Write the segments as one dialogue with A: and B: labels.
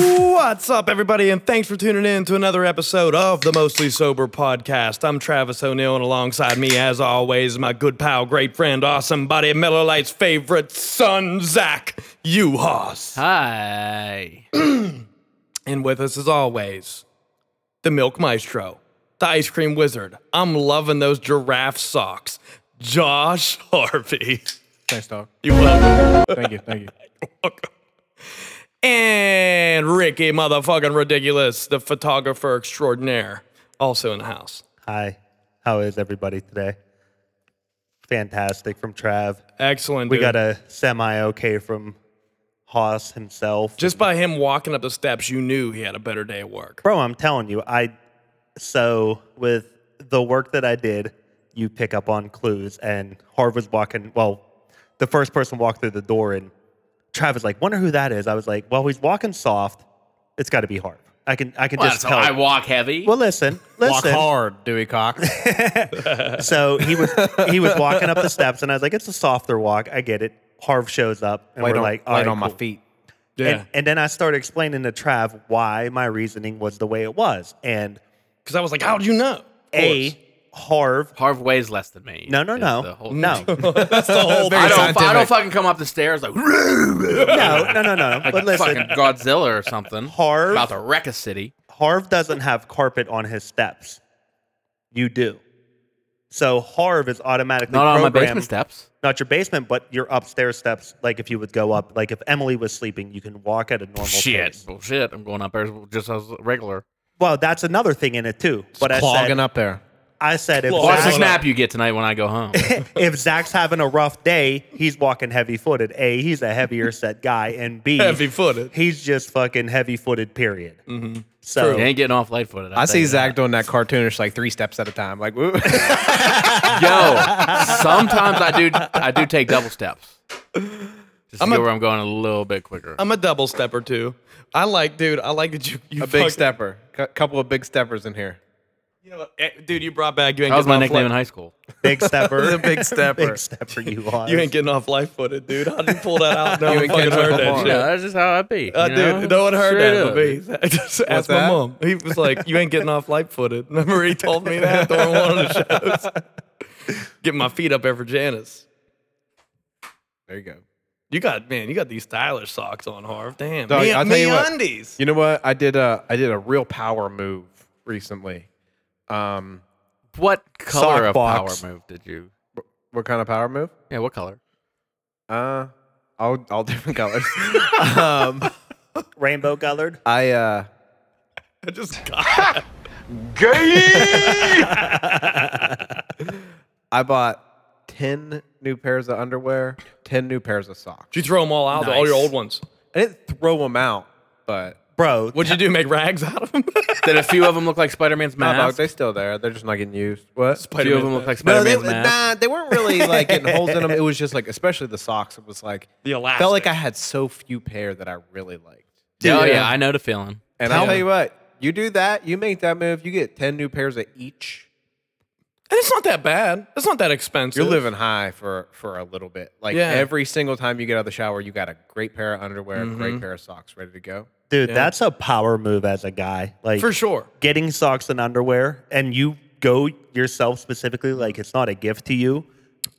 A: What's up, everybody, and thanks for tuning in to another episode of the Mostly Sober Podcast. I'm Travis O'Neill, and alongside me, as always, my good pal, great friend, awesome buddy, Miller Lite's favorite son, Zach Uhas.
B: Hi.
A: And with us, as always, the Milk Maestro, the Ice Cream Wizard. I'm loving those giraffe socks. Josh Harvey.
B: Thanks, dog.
A: You welcome.
B: Thank you. Thank you.
A: And Ricky motherfucking ridiculous, the photographer extraordinaire, also in the house.
C: Hi, how is everybody today? Fantastic from Trav.
A: Excellent.
C: We
A: dude.
C: got a semi okay from Haas himself.
A: just by him walking up the steps, you knew he had a better day at work.
C: bro, I'm telling you, I so with the work that I did, you pick up on clues. And Harv was walking. Well, the first person walked through the door, and Trav was like, "Wonder who that is." I was like, "Well, he's walking soft. It's got to be Harv. I can, I can
B: Well,
C: just
B: that's
C: tell."
B: I walk heavy.
C: well, listen,
B: walk
C: listen.
B: hard, Dewey Cox.
C: So he was he was walking up the steps, and I was like, "It's a softer walk. I get it." Harv shows up, and
B: Light
C: we're
B: on,
C: like,
B: light
C: "All right,
B: on my
C: cool."
B: feet.
A: Yeah.
C: And, and then I started explaining to Trav why my reasoning was the way it was, and
A: Because I was like, how'd you know?
C: a Harv.
B: Harv weighs less than me.
C: No, no,
B: Is the
C: no,
B: whole-
C: no, no,
B: I don't. I don't fucking come up the stairs like,
C: no, no, no.
B: like
C: But listen,
B: fucking Godzilla or something.
C: Harv-
B: about to wreck a city.
C: Harv doesn't have carpet on his steps. You do. So Harv is automatically
B: Not on my
C: programmed-
B: basement steps.
C: Not your basement, but your upstairs steps. Like if you would go up, like if Emily was sleeping, you can walk at a normal
B: Shit,
C: pace.
B: bullshit. I'm going up there just as regular.
C: Well, that's another thing in it too. But I said,
B: up there.
C: I said if,
B: Watch the
C: Zach-
B: snap you get tonight when I go home.
C: if Zach's having a rough day, he's walking heavy footed. A, he's a heavier set guy, and B,
A: Heavy-footed.
C: He's just fucking heavy footed. Period.
B: you
C: So
B: ain't getting off light footed.
D: I see Zach doing that cartoonish, like three steps at a time. Like, woo.
B: Yo, sometimes I do. I do take double steps. Just to
A: I'm
B: get
A: a-
B: where I'm going a little bit quicker.
A: I'm a double stepper too. I like, dude, I like that you, you
D: a big
A: fuck-
D: stepper. A couple of big steppers in here.
A: You know what? Eh, Dude, you brought back. You ain't
B: that was
A: getting
B: my
A: off
B: nickname
A: light-
B: in high school.
C: big stepper,
D: The big stepper.
C: big stepper. You are.
A: You ain't getting off light footed, dude. How did you pull that out? No
D: You
A: one
D: ain't
A: fucking
D: catching
A: heard
D: up
A: that
D: on
A: shit.
D: it.
B: Yeah, that's just how I be.
A: Uh,
B: you know?
A: Dude, no one heard
B: Straight
A: that but
B: up.
A: me. Just ask my
D: that?
A: mom. He was like, "You ain't getting off light footed." Remember, he told me that during one of the shows. Get my feet up ever Janice.
D: There you go.
A: You got man, you got these stylish socks on, Harv. Damn,
D: Dog,
A: me,
D: I'll tell
A: me
D: you what.
A: undies.
D: You know what? I did a I did a real power move recently. Um,
B: What color of
C: box.
B: power move did you?
D: what kind of power move?
B: Yeah, what color?
D: Uh, all all different colors. um,
C: rainbow colored.
D: I uh,
A: I just got
D: I bought ten new pairs of underwear, ten new pairs of socks.
A: Did you throw them all out? All your old ones.
D: I didn't throw them out, but
C: Bro,
A: What'd you do? Make rags out of them?
B: Did a few of them look like Spider Man's
D: nah, dog,
B: mask?
D: they still there. They're just not getting used. What?
B: a few of them look like Spider
D: No, they,
B: Man's mask.
D: nah, they weren't really like getting holes in them. It was just like, especially the socks. It was like
A: The
D: felt like
A: elastic.
D: I had so few pair that I really liked.
B: Oh yeah,
A: Yeah.
B: I know the feeling.
D: And I'll tell you what, you do that, you make that move, you get ten new pairs of each.
A: and it's not that bad. It's not that expensive.
D: You're living high for for a little bit. Like
A: Yeah.
D: every single time you get out of the shower, you got a great pair of underwear, a great pair of socks ready to go.
C: dude, that's a power move as a guy. Like
A: for sure.
C: getting socks and underwear, and you go yourself specifically. Like it's not a gift to you.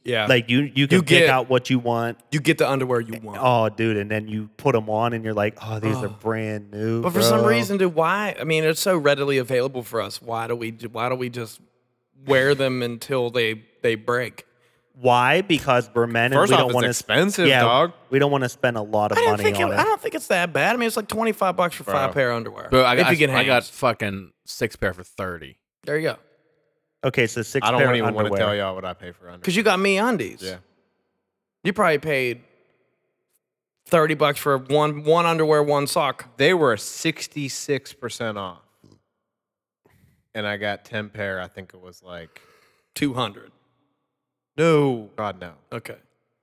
A: Yeah,
C: Like you, you can
A: You
C: pick
A: get-
C: out what you want.
A: you get the underwear you want.
C: Oh, dude, and then you put them on, and you're like, oh, these are brand new.
A: But for some
C: bro.
A: reason, dude, why? I mean, it's so readily available for us. Why do we? Why do we just wear them until they they break?
C: Why? Because we're men and
D: First
C: we
D: off,
C: don't
D: it's
C: want to
D: expensive, dog.
C: We don't want to spend a lot of
A: I don't
C: money
A: think it,
C: on
A: I
C: it.
A: don't think it's that bad. I mean, it's like twenty five bucks for five pair of underwear.
B: But I,
A: if
B: I,
A: you get
B: I got
A: hands.
B: fucking six pair for thirty.
A: there you go.
C: Okay, so six
D: I don't
C: pair of
D: even want
C: underwear.
D: to tell y'all what I pay for underwear.
A: Because you got me undies.
D: Yeah.
A: You probably paid thirty bucks for one one underwear, one sock.
D: They were sixty six percent off. and I got 10 pair. I think it was like,
A: Two hundred.
D: no, God, no. I
A: Okay.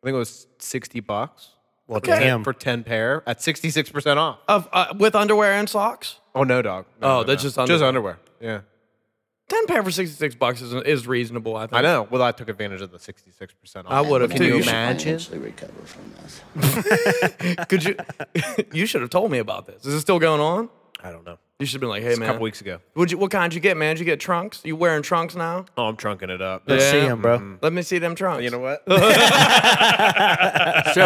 D: think it was 60 bucks
C: Well,
D: for 10
C: damn.
D: for 10 pair at 66% off.
A: Of uh, with underwear and socks.
D: Oh, no, dog. No,
A: Oh,
D: no,
A: that's
D: no.
A: just
D: Just
A: underwear.
D: underwear. Yeah.
A: Ten pair for sixty six bucks is, is reasonable. I think.
D: I know. Well, I took advantage of the 66% off.
A: I would have
E: Can
A: too.
E: you
A: You should-
E: imagine? recover from this.
A: Could you? you should have told me about this. Is it still going on?
D: I don't know.
A: You should have been like, hey
D: a
A: man.
D: couple weeks ago.
A: Would you? What kind you get, man? Did you get trunks? You wearing trunks now?
D: Oh, I'm trunking it up.
C: Let's see
A: Yeah.
C: him, bro.
D: mm.
A: Let me see them trunks.
D: You know what?
B: Show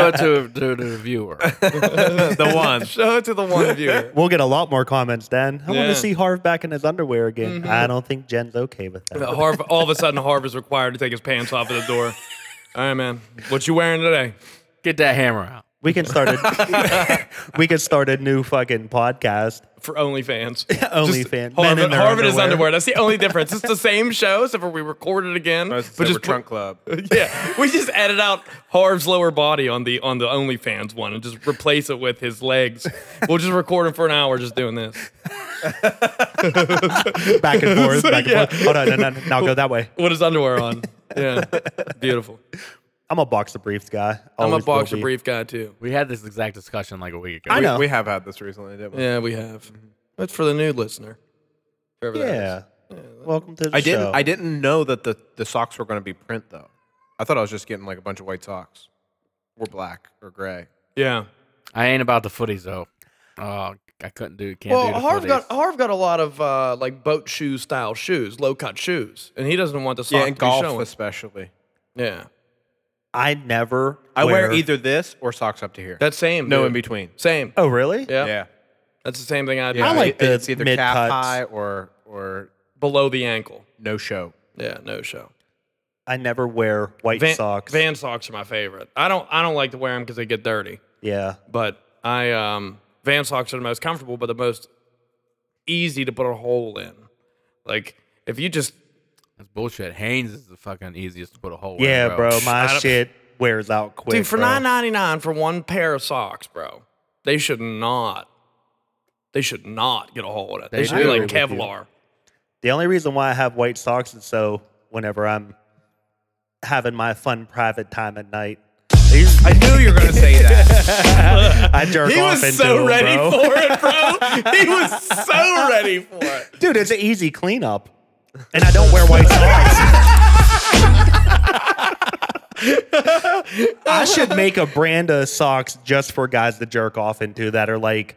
B: it to, to the viewer.
D: the one.
A: Show it to the one viewer.
C: We'll get a lot more comments then. I want
A: Yeah.
C: to see Harv back in his underwear again.
A: Mm-hmm.
C: I don't think Jen's okay with that.
A: That Harv, all of a sudden, Harv is required to take his pants off at the door. All right, man. What you wearing today?
B: Get that hammer out.
C: We can start a we can start a new fucking podcast.
A: For OnlyFans.
C: OnlyFans. Men
A: Harv,
C: in their
A: Harv in his
C: underwear.
A: underwear. That's the only difference. It's the same show, except for we record it again.
D: I was gonna
A: but
D: say
A: just
D: we're Trunk Club.
A: put- yeah, we just edit out Harv's lower body on the on the OnlyFans one and just replace it with his legs. we'll just record him for an hour just doing this.
C: Back and forth. Back and forth. Hold on, no, no, no, now go that way.
A: With his underwear on. Yeah, beautiful.
C: I'm a boxer briefs guy.
A: I'm a
C: Always will
A: boxer
C: be.
A: brief guy too.
B: We had this exact discussion like a week ago.
C: I
D: We-
C: know.
D: We, have had this recently, didn't we?
A: Yeah, we have. That's for the new listener. Whoever that is.
C: Yeah. Welcome to the
D: I didn't.
C: show.
D: I didn't know that the, the socks were going to be print though. I thought I was just getting like a bunch of white socks, or black or gray.
A: Yeah.
B: I ain't about the footies though. Oh, I couldn't do. Can't do
A: Well,
B: the
A: Harv
B: footies.
A: got Harv got a lot of uh, like boat shoe style shoes, low cut shoes, and he doesn't want the sock to
D: and
A: be
D: golf
A: showing.
D: especially.
A: Yeah,
C: I never.
D: I wear either this or socks up to here.
A: that's same.
D: no
A: dude.
D: in between.
A: Same.
C: Oh really?
A: Yeah.
D: Yeah,
A: that's the same thing I do.
D: yeah.
C: I like
D: it-
C: the
D: it's either calf
C: mid-cuts.
D: high or or
A: below the ankle.
D: no show.
A: Yeah, no show.
C: I never wear white
A: Van
C: socks.
A: Van socks are my favorite. I don't I don't like to wear them because they get dirty.
C: yeah.
A: But I um Van socks are the most comfortable, but the most easy to put a hole in. Like if you just
B: That's bullshit. Hanes is the fucking easiest to put a hole in.
C: Yeah, bro.
A: I
C: My
A: don't-
C: shit wears out quick.
A: Dude, for
C: bro.
A: nine ninety nine for one pair of socks, bro. They should not. They should not get a hold of it. They,
B: They
A: should be
B: do.
A: like
B: I agree
C: with you.
A: Kevlar.
C: The only reason why I have white socks is so whenever I'm having my fun private time at night,
D: I knew you were going to say that.
C: I jerk
A: He
C: off
A: was
C: into
A: so
C: them,
A: ready
C: bro.
A: for it, bro. He was so ready for it.
C: Dude, it's an easy cleanup, and I don't wear white socks. I should make a brand of socks just for guys to jerk off into that are like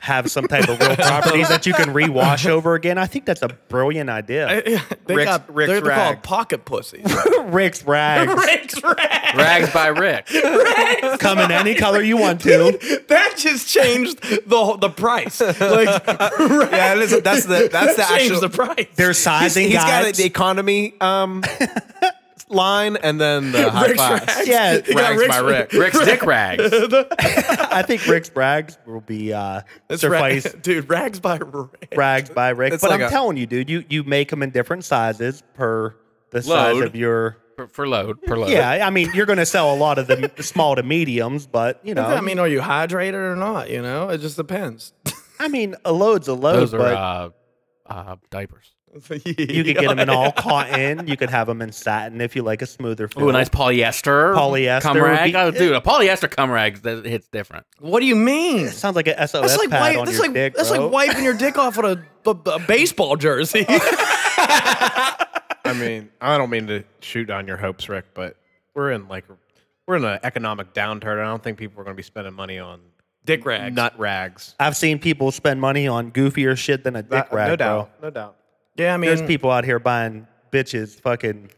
C: have some type of real properties that you can rewash over again. I think that's a brilliant idea.
A: They
D: Rick's-
A: got,
D: Rick's
A: they're called
D: rags.
A: pocket pussies.
C: Rick's rags
A: Rick's rags.
B: Rags by Rick.
C: come in any color you want to.
A: That just changed the whole- the price. Like
D: yeah, it is, that's the that's the
A: changed
D: actual.
A: the price.
C: They're sizing
D: he's got
C: guides.
D: it, the economy um line and then the high
A: Rick's
D: five.
A: rags.
C: Yeah,
A: He got
D: Rags by Rick.
B: Rick's dick rags.
C: I think Rick's rags will be uh,
A: It's
C: suffice
A: rag- dude. Rags by Rick.
C: rags by Rick.
D: It's
C: But
D: like
C: I'm
D: a-
C: telling you, dude, you you make them in different sizes per the size
B: Load.
C: of your.
B: For, for load. Per load.
C: Yeah, I mean, you're going to sell a lot of the small to mediums, but you know,
A: I mean, are you hydrated or not? You know, it just depends.
C: I mean, a load's a load,
B: Those are
C: but
B: uh, uh, diapers.
C: you could get them in all cotton. You could have them in satin if you like a smoother.
B: Ooh,
C: feel.
B: a nice polyester.
C: Polyester
B: Cum
C: would
B: rag.
C: be-
B: oh, dude, a polyester cum rag that hits different.
A: What do you mean?
C: Sounds like an SOS
A: That's like
C: pad
A: wipe,
C: on
A: that's
C: your
A: like
C: dick,
A: that's
C: bro.
A: like wiping your dick off on a, a, a baseball jersey.
D: I mean, I don't mean to shoot on your hopes, Rick, but we're in like we're in an economic downturn. I don't think people are going to be spending money on
A: dick rags.
D: nut rags.
C: I've seen people spend money on goofier shit than a dick
D: That-
C: rag,
D: no
C: bro.
D: doubt, no doubt.
A: yeah, I mean,
C: There's people out here buying bitches fucking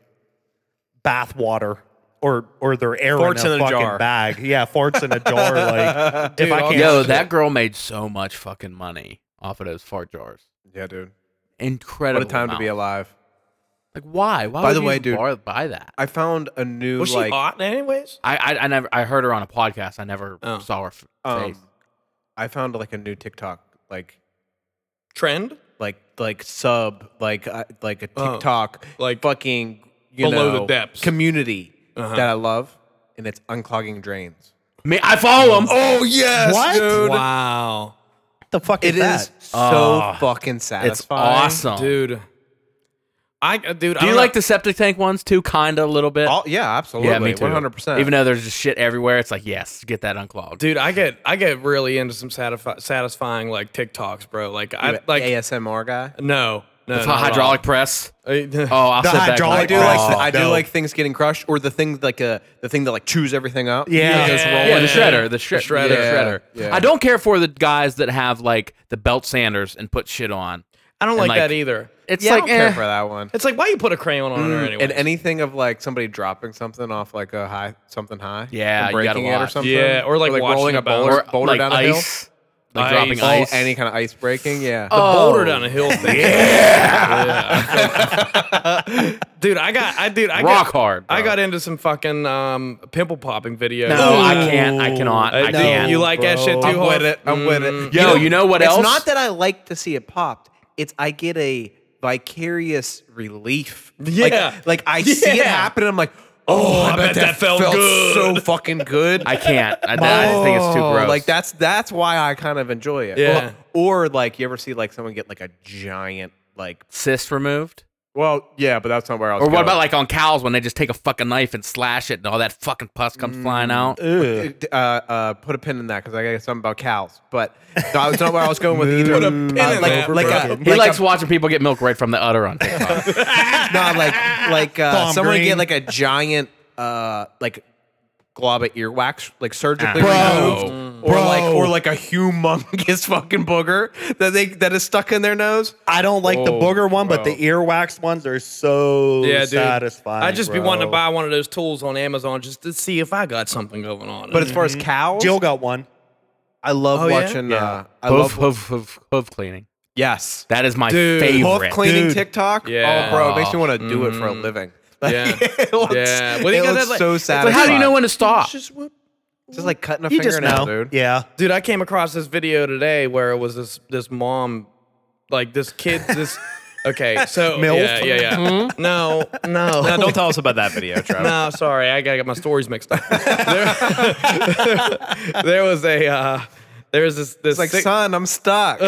C: bath water or or their air
D: Farts
C: in a
D: in a
C: fucking
D: jar.
C: bag. Yeah, farts in a jar. Like if I
A: I'll
C: can't,
B: Yo, that girl made so much fucking money off of those fart jars.
D: Yeah, dude.
B: Incredible.
D: What a time to be
B: amount.
D: alive.
B: Like, why? Why
D: By
B: would
D: the
B: you
D: way,
B: even
D: dude-
B: bar- buy that?
D: I found a new
A: was she
D: like
A: hot anyways?
B: I, I I never I heard her on a podcast. I never
A: Oh.
B: saw her f-
D: um,
B: face.
D: I found like a new TikTok like
A: Trend?
D: like like sub like uh, like a
A: Oh,
D: TikTok
A: like
D: fucking you
A: below the
D: know,
A: depths. Uh-huh.
D: community that I love, and it's unclogging drains.
B: Me, I follow him. Oh,
D: yes,
C: What? dude.
A: Wow,
C: what the fuck
D: It
C: is
D: is
C: that?
D: so fucking satisfying.
B: it's awesome,
A: dude. I uh, dude. I
B: Do you
A: don't
B: like
A: know.
B: the septic tank ones too? Kinda, a little bit.
D: Oh, yeah, absolutely.
B: yeah, me too.
D: 100%.
B: Even though there's just shit everywhere, it's like yes, get that unclogged.
A: dude? I get I get really into some satisfi- satisfying like TikToks, bro. Like I
D: You a-
A: like
D: ASMR guy.
A: no no
B: Hy-
A: not at all.
B: hydraulic press.
A: I-
B: Oh, I'll
C: The
B: sit back.
C: hydraulic
B: I
D: I do
C: Oh,
D: like
C: press.
D: I do
C: no.
D: like things getting crushed or the thing like uh, the thing that like chews everything up.
C: Yeah.
D: Just roll
B: Yeah,
D: it
B: the
D: in.
B: shredder, the, shred-
A: shredder.
B: yeah, shredder.
D: Yeah.
B: I don't care for the guys that have like the belt sanders and put shit on.
A: I don't like,
B: like-
A: that either.
B: It's
D: Yeah,
B: like
D: I don't care
B: eh. Mm,
D: for that one.
A: It's like why you put a crayon on her anyway?
D: And anything of like somebody dropping something off like a high something high. and
B: Yeah, you got a
D: breaking it or
B: lot.
D: something.
A: Yeah, or, like, watching
D: rolling
A: a
D: a boulder,
A: bounce.
D: boulder
B: like
D: down a hill.
B: ice, like
A: Ice.
B: dropping
A: Oh,
D: Oh,
B: ice.
D: any kind of ice breaking. Yeah.
A: the
B: Oh.
A: boulder down a hill. Thing. yeah. dude, I got I dude I
B: Rock
A: got,
B: hard, bro.
A: I got into some fucking um, pimple popping videos.
B: no, I can't. I cannot. I
A: no,
B: can't.
A: you like that shit too
D: I'm
A: hard?
D: with it. I'm with it.
B: Mm. Yo, you know what
D: it's
B: else?
D: not that I like to see it popped. It's I get a vicarious relief.
A: Yeah.
D: Like, like I see it
A: Yeah.
D: happen and I'm like, oh, I, bet, that, felt,
A: good."
D: so fucking good.
B: I can't. I, that- I think it's too
D: Oh,
B: gross.
D: Like that's that's why I kind of enjoy it.
A: Yeah.
D: Or, or, like you ever see like someone get like a giant like
B: cyst removed.
D: well, yeah, but that's not where I was
B: Or what about like on cows when they just take a fucking knife and slash it and all that fucking pus comes flying out?
D: uh, uh, put a pin in that because I got something about cows, but that's not where I was going with either. Put a pin
A: in
D: like,
A: that,
D: like, uh, a,
B: He
D: like
B: likes
D: a-
B: watching people get milk right from the udder on TikTok.
D: no, like like uh,
C: Tom
D: someone
C: Green.
D: get like a giant uh like glob of earwax like surgically
B: Bro.
D: removed, or like or like a humongous fucking booger that they that is stuck in their nose.
C: I don't like the booger one, but the earwax ones are
A: Oh,
C: so
A: Yeah, dude.
C: satisfying.
A: I'd just be
C: bro.
A: wanting to buy one of those tools on Amazon just to see if I got something going on.
D: But as far as cows,
C: Mm-hmm. Jill got one.
D: I love
A: Oh, yeah?
D: watching. Uh, I
B: hoof,
D: love
B: hoof, hoof, hoof cleaning.
D: yes,
B: That is my
A: Dude, hoof
D: hoof
B: favorite.
D: cleaning
C: Dude.
D: TikTok.
A: Yeah.
D: Oh, bro, it makes me want to do it for a living. Like,
A: Yeah.
D: it looks,
A: Yeah. Well, you
D: it
A: got
D: looks
A: that, like-
D: so
A: it's like,
D: satisfying.
B: But how do you know when to stop?
D: Just like cutting a
C: You just
D: fingernail,
C: know,
D: dude.
C: yeah.
A: Dude, I came across this video today where it was this this mom, like this kid, this. Okay, so
C: Milf?
A: yeah, yeah, yeah. No, no, no,
F: Mm-hmm. Don't tell us about that video, Travis.
A: no, sorry, I gotta get my stories mixed up. there, there was a, uh, there was this this
D: It's like,
A: sick-
D: son, I'm stuck.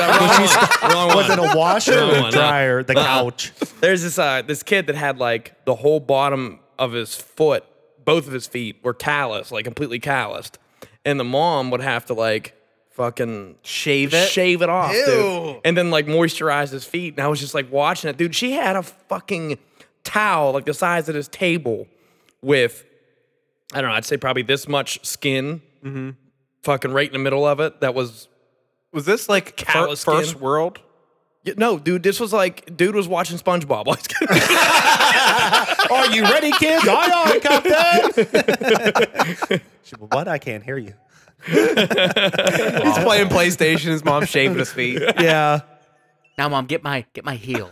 A: wrong, one, wrong
C: Was
A: one. Uh-huh.
C: it a washer
A: No,
C: or
A: no.
C: a dryer? The couch.
A: There's this uh, this kid that had like the whole bottom of his foot, both of his feet were calloused, like completely calloused, and the mom would have to like fucking
D: Shave it.
A: shave it off, dude. And then like moisturize his feet. And I was just like watching it, dude. She had a fucking towel like the size of this table with, I don't know, I'd say probably this much skin, fucking right in the middle of it. That was
D: Mm-hmm. Was this like fir-
A: Callous skin.
D: first world?
A: y- no, dude. This was like, dude was watching SpongeBob.
C: Are you ready, kids? I am, Captain. She- what? I can't hear you.
D: He's
A: Uh,
D: playing PlayStation. His mom shaving his feet.
C: Yeah.
B: Now, mom, get my get my heel.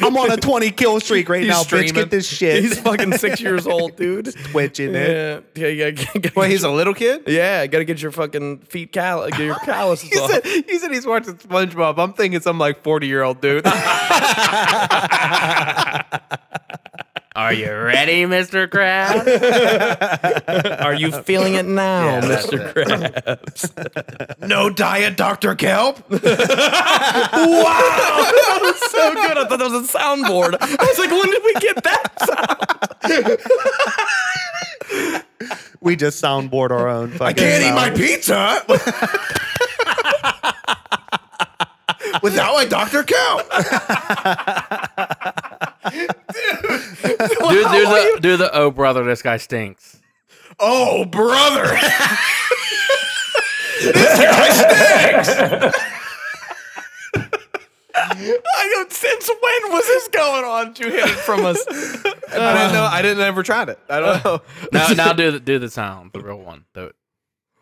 C: I'm on a 20 kill streak right now, bitch.
D: streaming.
C: Get this shit.
A: He's fucking six years old, dude.
C: twitching it.
A: Yeah, yeah, yeah. gotta
D: Well,
A: get
D: he's a
A: your-
D: little kid.
A: yeah. Gotta get your fucking feet call get your calluses
D: He
A: off.
D: said, he said he's watching SpongeBob. I'm thinking some like 40 year old dude.
B: Are you ready, Mr. Crab?
A: Are you feeling it now, Mr. Krabs?
D: no diet, Dr. Kelp.
A: so good. I thought that was a soundboard. I was like, when did we get that? sound?
C: We just soundboard our own. Fucking I
D: pizza without my Dr. Kelp.
B: do, do the do the oh brother, this guy stinks.
D: Oh, brother.
A: I don't, since when was this going on? Did you hid it from us?
D: I didn't know. I didn't ever tried it. I don't know.
B: Now, now do the do the sound, the real one, the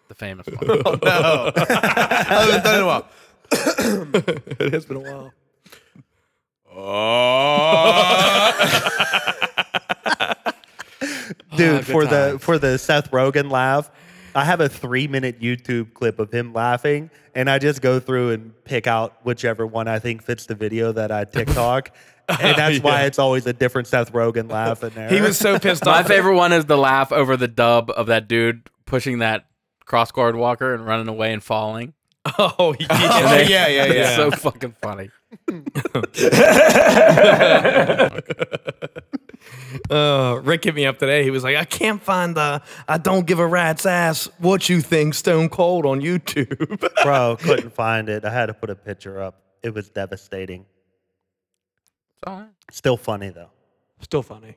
B: the famous one.
D: I haven't done it in a while.
A: it has been a while. Oh,
C: dude for the for the Seth Rogen laugh. I have a three minute YouTube clip of him laughing, and I just go through and pick out whichever one I think fits the video that I TikTok, and that's why it's always a different Seth Rogen laugh in there.
A: He was so pissed
B: My
A: off.
B: favorite one is the laugh over the dub of that dude pushing that cross guard walker and running away and falling.
A: Oh yeah.
B: And they-
G: yeah, yeah,
B: it's
G: yeah.
B: so fucking funny.
A: Uh, Rick hit me up today. He was like, I can't find the I don't give a rat's ass what you think Stone Cold on YouTube.
C: Bro, couldn't find it. I had to put a picture up. It was devastating.
B: It's all right.
C: Still funny though.
A: Still funny.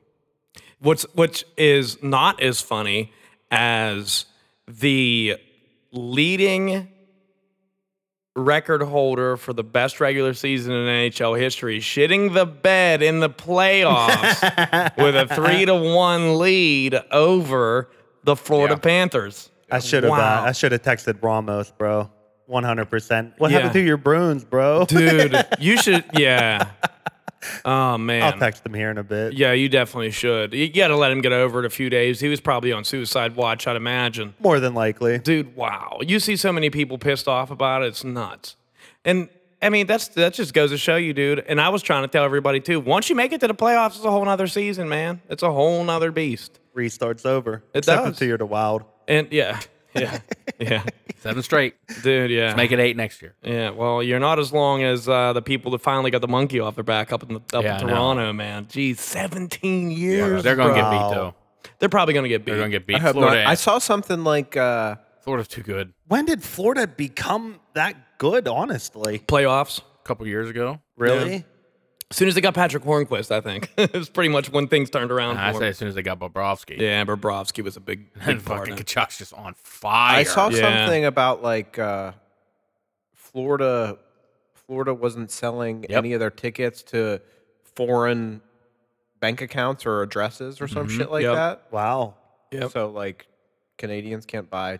A: What's which is not as funny as the leading record holder for the best regular season in NHL history, shitting the bed in the playoffs with a three to one lead over the Florida
B: Yeah.
A: Panthers.
C: I should have.
A: Wow.
C: Uh, I should have texted Ramos, bro. One hundred percent. What
A: Yeah.
C: happened to your Bruins, bro?
A: Dude, you should yeah. Oh man.
C: I'll text him here in a bit.
A: Yeah, you definitely should. You got to let him get over it a few days. He was probably on suicide watch, I'd imagine.
C: More than likely.
A: Dude, wow. You see so many people pissed off about it. It's nuts. And I mean, that's that just goes to show you, dude. And I was trying to tell everybody too. Once you make it to the playoffs, it's a whole nother season, man. It's a whole nother beast.
C: Restarts over.
A: It
C: Except
A: does.
C: until you're the wild.
A: And yeah, yeah, yeah,
B: Seven straight.
A: dude, yeah.
B: Make it eight next year.
A: Yeah, well, you're not as long as uh, the people that finally got the monkey off their back up in the, up
B: Yeah, I
A: in
B: know.
A: Toronto, man. Geez, 17 years.
B: They're gonna get
C: Wow.
B: beat though.
A: They're probably gonna get beat.
B: They're gonna get beat.
D: I hope not.
B: Florida.
D: I saw something like uh,
B: Florida's too good.
C: When did Florida become that good? Honestly,
A: playoffs.
B: A couple years ago.
C: really?
A: As soon as they got Patrick Hornquist, I think it was pretty much when things turned around.
B: Ah, I
A: for
B: say
A: him.
B: as soon as they got Bobrovsky.
A: yeah, Bobrovsky was a big,
B: And
A: big part.
B: fucking
A: of it.
B: Kachuk's just on fire.
D: I saw
A: Yeah.
D: something about like uh, Florida. Florida wasn't selling
B: Yep.
D: any of their tickets to foreign bank accounts or addresses or some shit like
A: Yep.
D: that.
C: Wow.
A: Yep.
D: So like Canadians can't buy.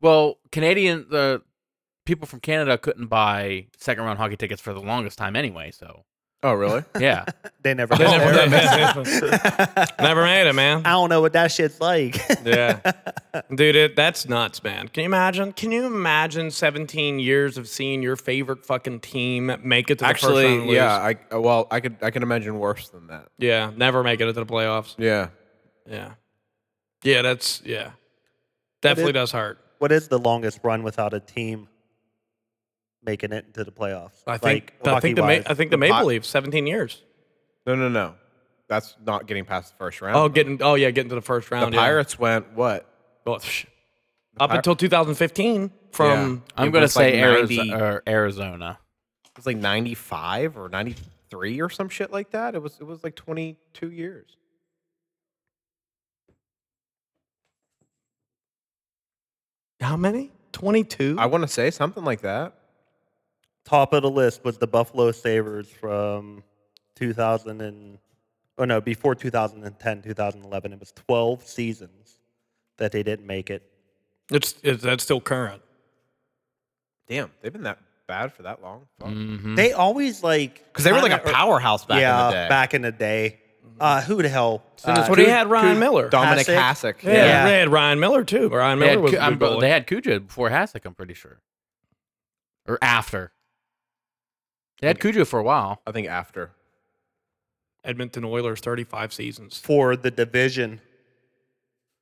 B: Well, Canadian the people from Canada couldn't buy second round hockey tickets for the longest time anyway. So
D: Oh really?
B: yeah,
C: They never.
A: They
C: got
A: never,
C: there.
A: never made it, man.
C: I don't know what that shit's like.
A: Yeah, dude, it, that's nuts, man. Can you imagine? Can you imagine 17 years of seeing your favorite fucking team make it to the first round and
D: Actually,
A: lose?
D: yeah. I uh, well, I could I can imagine worse than that.
A: yeah, never make it to the playoffs.
D: Yeah.
A: Yeah, yeah, that's yeah, definitely does hurt.
C: what is the longest run without a team making it into the playoffs?
A: I think
C: Like,
A: I think the Ma-
C: hockey-wise?
A: I think the Maple Leafs 17 years.
D: No, no, no. That's not getting past the first round.
A: Oh,
D: though.
A: getting oh yeah, getting to the first
D: the
A: round. yeah.
D: Pirates went what?
A: Well, psh, up
D: Pir-
A: until 2015 from
B: I'm
D: It
B: gonna
D: was like
B: say Arizo-
D: 90
B: or Arizona.
D: It was like 95 or 93 or some shit like that. It was it was like 22 years.
A: how many? 22.
D: I want to say something like that.
C: top of the list was the Buffalo Sabres from 2000 and oh no, before 2010, 2011. It was 12 seasons that they didn't make it.
A: it's, it's that's still current.
D: Damn, they've been that bad for that long. Because
A: Mm-hmm.
C: They always like
D: they were like a
C: kinda-
D: powerhouse back
C: yeah,
D: in the day.
C: back in the day. Uh, who the hell? Uh,
A: That's what he had Ryan Miller.
D: Dominic
C: Hasek?
D: Hasek.
A: yeah,
C: Yeah.
A: they had Ryan Miller too. Ryan
B: They
A: Miller
B: had,
A: was
B: Ku-
A: blue
B: I'm-
A: bullet.
B: they had Kuja before Hasek, I'm pretty sure, or after. They had Kuja for a while.
D: I think after.
A: Edmonton Oilers 35 seasons.
C: for the division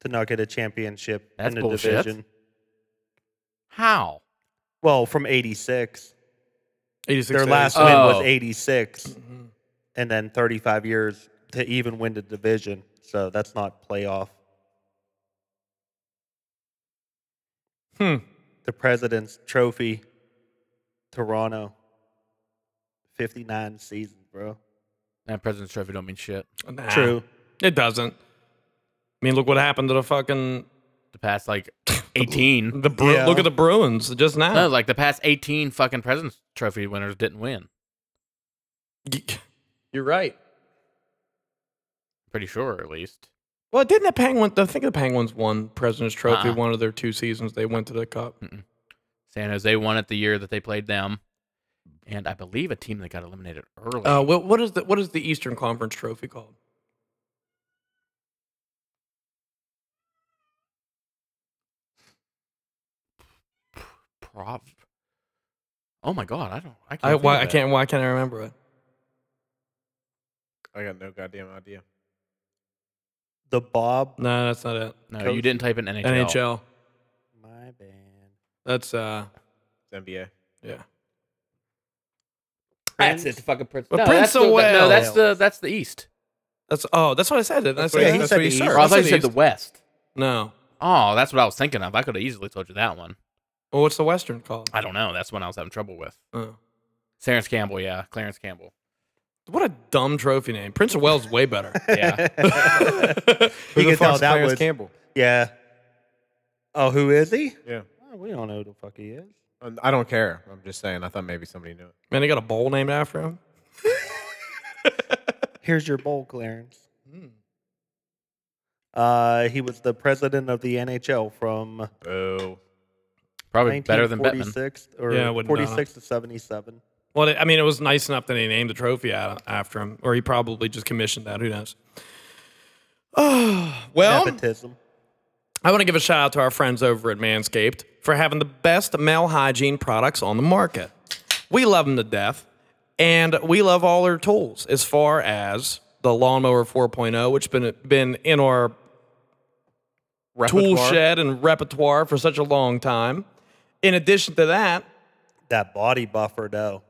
C: to not get a championship
B: That's
C: in the
B: bullshit.
C: division.
B: How?
C: Well, from 86.
A: 86
C: Their
A: days.
C: last
B: Oh. Mm-hmm.
C: win was 86, and then 35 years to even win the division. So that's not playoff.
A: Hmm.
C: The President's Trophy, Toronto, 59 seasons, bro.
B: That President's Trophy don't mean shit.
A: Nah,
C: True.
A: It doesn't. I mean, look what happened to the fucking
B: The past like 18.
A: the Bru-
C: Yeah.
A: look at the Bruins just now.
B: No, like the past 18 fucking President's Trophy winners didn't win.
A: You're right.
B: Pretty sure, at least.
A: Well, didn't the Penguins? I think the Penguins won President's Trophy
B: Uh-uh.
A: one of their two seasons. They went to the Cup.
B: San Jose won it the year that they played them, and I believe a team that got eliminated early.
A: Uh, what, what is the what is the Eastern Conference Trophy called?
B: Prov. Oh my god, I don't. I can't.
A: I
B: think
A: why
B: of
A: I
B: it.
A: can't why can't I remember it?
D: I got no goddamn idea.
C: The Bob,
A: No, that's not it.
B: No,
C: Coach-
B: you didn't type in NHL.
A: NHL.
C: my band.
A: That's uh
D: Is NBA.
A: Yeah.
B: That's it. Fucking Prince.
A: But
B: no,
A: Prince
B: that's the,
A: of
B: No, that's
C: Wales.
B: the that's the East.
A: That's oh, that's what I said. Didn't I
D: what
A: say
D: he
A: that's
C: said
A: what he
C: the
A: said.
C: East.
B: Or I thought you said the West.
A: No.
B: Oh, that's what I was thinking of. I could have easily told you that one.
A: Well, what's the Western called?
B: I don't know. That's one I was having trouble with.
A: Oh.
B: Clarence Campbell, yeah, Clarence Campbell,
A: What a dumb trophy name. Prince of Wales is way better.
B: yeah.
A: Who
C: You
A: the
C: can tell
A: fuck's
C: that
A: Clarence
C: was-
A: Campbell.
C: Yeah. Oh, who is he?
D: Yeah.
C: Oh, we don't know who the fuck he is.
D: And I don't care. I'm just saying. I thought maybe somebody knew it.
A: Man, they got a bowl named after him.
C: Here's your bowl, Clarence. Uh, he was the president of the NHL from
D: Oh,
B: Probably better than Bettman.
C: 1946 or
A: Yeah, I wouldn't know.
C: 46 to 77.
A: Well, I mean, it was nice enough that they named the trophy out after him, or he probably just commissioned that. Who knows? Oh, well,
C: Nepotism.
A: I want to give a shout out to our friends over at Manscaped for having the best male hygiene products on the market. We love them to death, and we love all their tools as far as the Lawnmower 4.0, which been been in our tool
D: Repertoire.
A: shed and repertoire for such a long time. In addition to that,
C: That body buffer, though.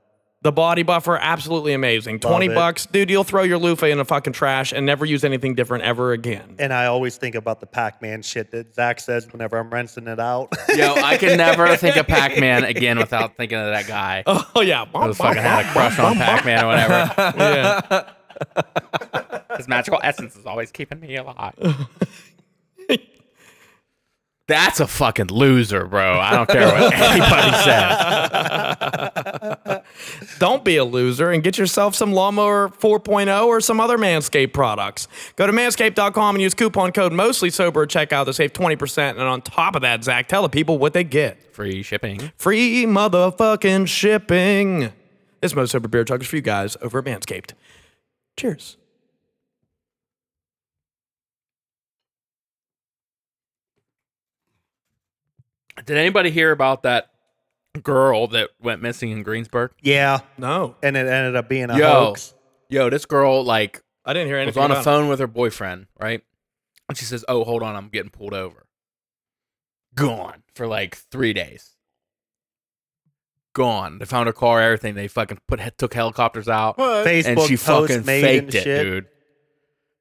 A: the body buffer, absolutely amazing. 20
C: it.
A: bucks. Dude, you'll throw your loofah in the fucking trash and never use anything different ever again.
C: And I always think about the Pac Man shit that Zach says whenever I'm rinsing it out.
B: Yo, I can never think of Pac Man again without thinking of that guy. Oh,
A: Oh, yeah.
B: who fucking had a crush on Pac Man or whatever.
A: yeah.
B: His magical essence is always keeping me alive. That's a fucking loser, bro. I don't care what anybody says.
A: Don't be a loser and get yourself some Lawnmower 4.0 or some other Manscaped products. Go to manscaped.com and use coupon code mostly sober at checkout to save 20%. And on top of that, Zach, tell the people what they get.
B: Free shipping.
A: Free motherfucking shipping. This most sober beer talk is for you guys over at Manscaped. Cheers.
B: Did anybody hear about that girl that went missing in Greensburg?
C: yeah.
A: No,
C: And it ended up being a
B: Yo.
C: hoax.
B: Yo, this girl like
A: I didn't hear
B: was
A: anything.
B: on a
A: about it.
B: phone with her boyfriend, right? And she says, "Oh, hold on, I'm getting pulled over." Gone for like three days. Gone. They found her car, everything. They fucking put took helicopters out,
C: Facebook
B: and she
C: post
B: fucking
C: made
B: faked
C: and
B: it,
C: shit.
B: dude.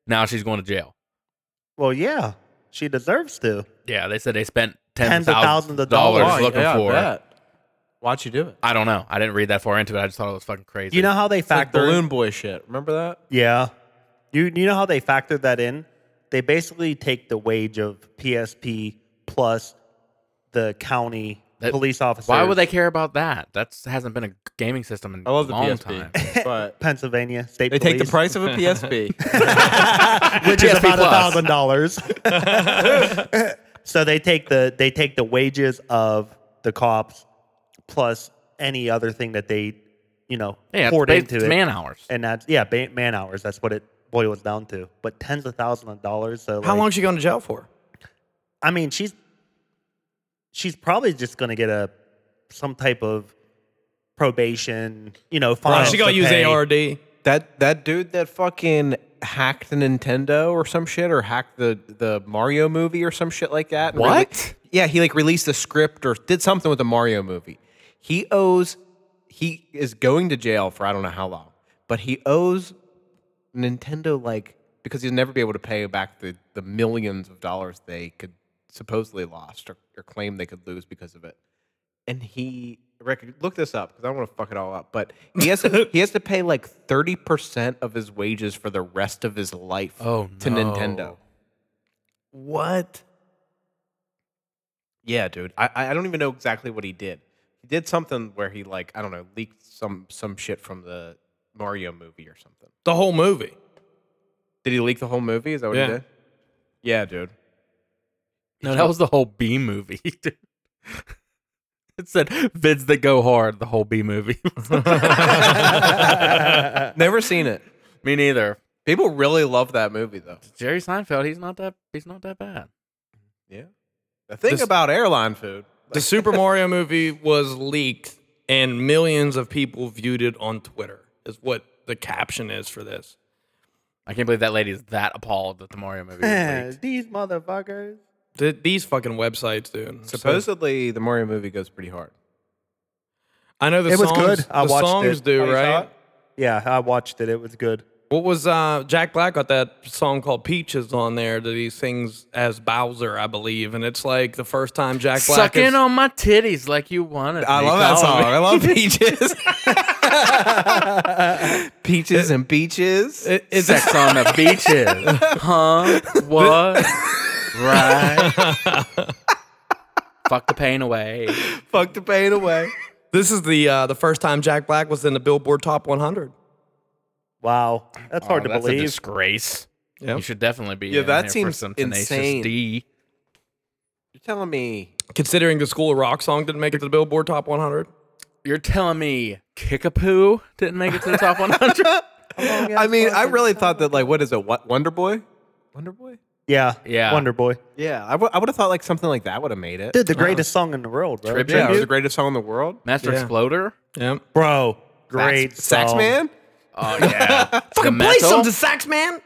B: Now she's going to jail.
C: Well, yeah. She deserves to.
B: Yeah, they said they spent
C: Tens
B: tens
C: of
B: of
C: thousands of
B: thousands of
C: dollars.
B: dollars
C: Oh,
B: looking for. her.
D: Why'd you do it?
B: I don't know. I didn't read that far into it. I just thought it was fucking crazy.
C: You know how they
D: Like
C: factor
D: balloon boy shit. Remember that?
C: Yeah. You you know how they factor that in? They basically take the wage of PSP plus the county
B: That-
C: police officer.
B: why would they care about that? That hasn't been a gaming system in
D: I love
B: a
D: the
B: long time.
D: PSP, but
C: Pennsylvania state
D: they take the
C: police,
D: price of a PSP.
C: which is
B: PSP
C: about a
B: plus.
C: thousand dollars. So they take the they take the wages of the cops plus any other thing that they you know
B: Yeah,
C: poured
B: it's,
C: into
B: it's
C: it,
B: man hours.
C: and that's yeah ba- man hours. That's what it boils down to. But tens of thousands of dollars. So
A: How
C: like,
A: long she going to jail for?
C: I mean, she's she's probably just going to get a some type of probation, you know, fine.
A: She going to use
C: pay.
A: ARD.
D: that that dude that fucking hacked the Nintendo or some shit, or hacked the the Mario movie or some shit like that. and rele-
B: What?
D: yeah, he like released a script or did something with the Mario movie. He owes. He is going to jail for I don't know how long, but he owes Nintendo like because he'll never be able to pay back the the millions of dollars they could supposedly lost or, or claim they could lose because of it. And he Rick, look this up because I don't want to fuck it all up. But he has to, he has to pay like thirty percent of his wages for the rest of his life
B: Oh,
D: to Nintendo.
B: no.
D: What? Yeah, dude. I I I don't even know exactly what he did. He did something where he like I don't know leaked some some shit from the Mario movie or something.
A: The whole movie.
D: Did he leak the whole movie? Is that what
A: Yeah.
D: he did? Yeah, dude.
B: No, that was the whole B movie. dude. it said vids that go hard. The whole B movie.
D: Never seen it.
B: Me neither.
D: People really love that movie though.
B: Jerry Seinfeld. He's not that. He's not that bad.
D: Yeah. The thing
A: This-
D: about airline food.
A: The Super Mario movie was leaked, and millions of people viewed it on Twitter, is what the caption is for this.
B: I can't believe that lady is that appalled that the Mario movie. Was leaked.
C: These motherfuckers.
A: Th- these fucking websites, dude.
D: Supposedly, the Mario movie goes pretty hard.
A: I know the
C: It was
A: songs.
C: good. I
A: the
C: watched
A: songs
C: it.
A: do
C: Oh, you saw
A: right.
C: it? Yeah, I watched it. It was good.
A: What was uh, Jack Black got that song called Peaches on there that he sings as Bowser, I believe, and it's like the first time Jack Black
B: Sucking
A: is,
B: on my titties like you wanted.
D: I
B: me.
D: love that
B: Call
D: song.
B: me.
D: I love peaches. peaches and beaches.
A: It- it's
B: Sex on the beaches. Huh? What? right. Fuck the pain away.
D: Fuck the pain away.
A: This is the uh, the first time Jack Black was in the Billboard Top 100.
C: Wow, that's hard to
B: that's a
C: believe.
B: disgrace.
A: Yep.
B: You should definitely be.
D: Yeah,
B: in
D: that
B: there for
D: seems
B: some tenacious
D: insane.
B: D.
D: You're telling me
A: Considering the School of Rock song didn't make it to the Billboard Top 100.
B: You're telling me Kickapoo didn't make it to the top 100?
D: I mean, I really thought that like, what is it? What Wonder Boy? Wonder Boy?
C: yeah,
B: Yeah.
C: Wonder Boy,
D: Yeah, I would have thought like something like that would have made it.
C: dude, the
A: Uh-huh.
C: greatest song in the world, bro.
B: Tribute.
D: yeah, it was the
B: Tribute?
D: greatest song in the world.
B: Master
A: Yeah.
B: Exploder.
A: Yep.
C: bro. Great
D: Sax, Sax
C: song.
D: Man.
B: Oh yeah.
A: Fucking play some to sax, man.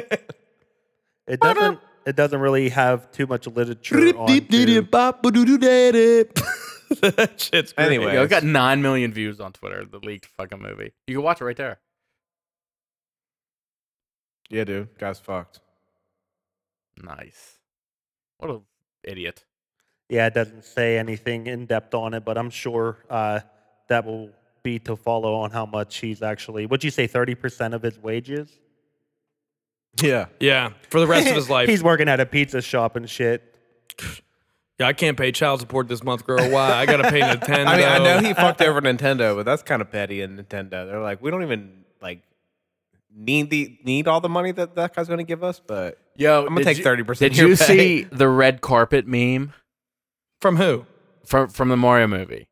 C: It doesn't. It doesn't really have too much literature on. dude.
A: that shit's great.
D: Anyway.
B: Yo, it got nine million views on Twitter. The leaked fucking movie. You can watch it right there.
D: Yeah, dude, guy's fucked.
B: Nice. What a idiot.
C: Yeah, it doesn't say anything in depth on it, but I'm sure uh, that will be to follow on how much he's actually. Would you say 30% of his wages?
D: Yeah,
A: Yeah, for the rest of his life.
C: he's working at a pizza shop and shit.
A: yeah, I can't pay child support this month, girl. Why? I gotta pay Nintendo.
D: I mean, I know he fucked over Nintendo, but that's kind of petty. in Nintendo, they're like, we don't even like need the need all the money that that guy's going to give us. But
B: Yo,
D: I'm gonna take
B: did you-
D: 30%
B: Did
D: of your
B: you
D: pay.
B: see the red carpet meme
A: from who?
B: from from the Mario movie?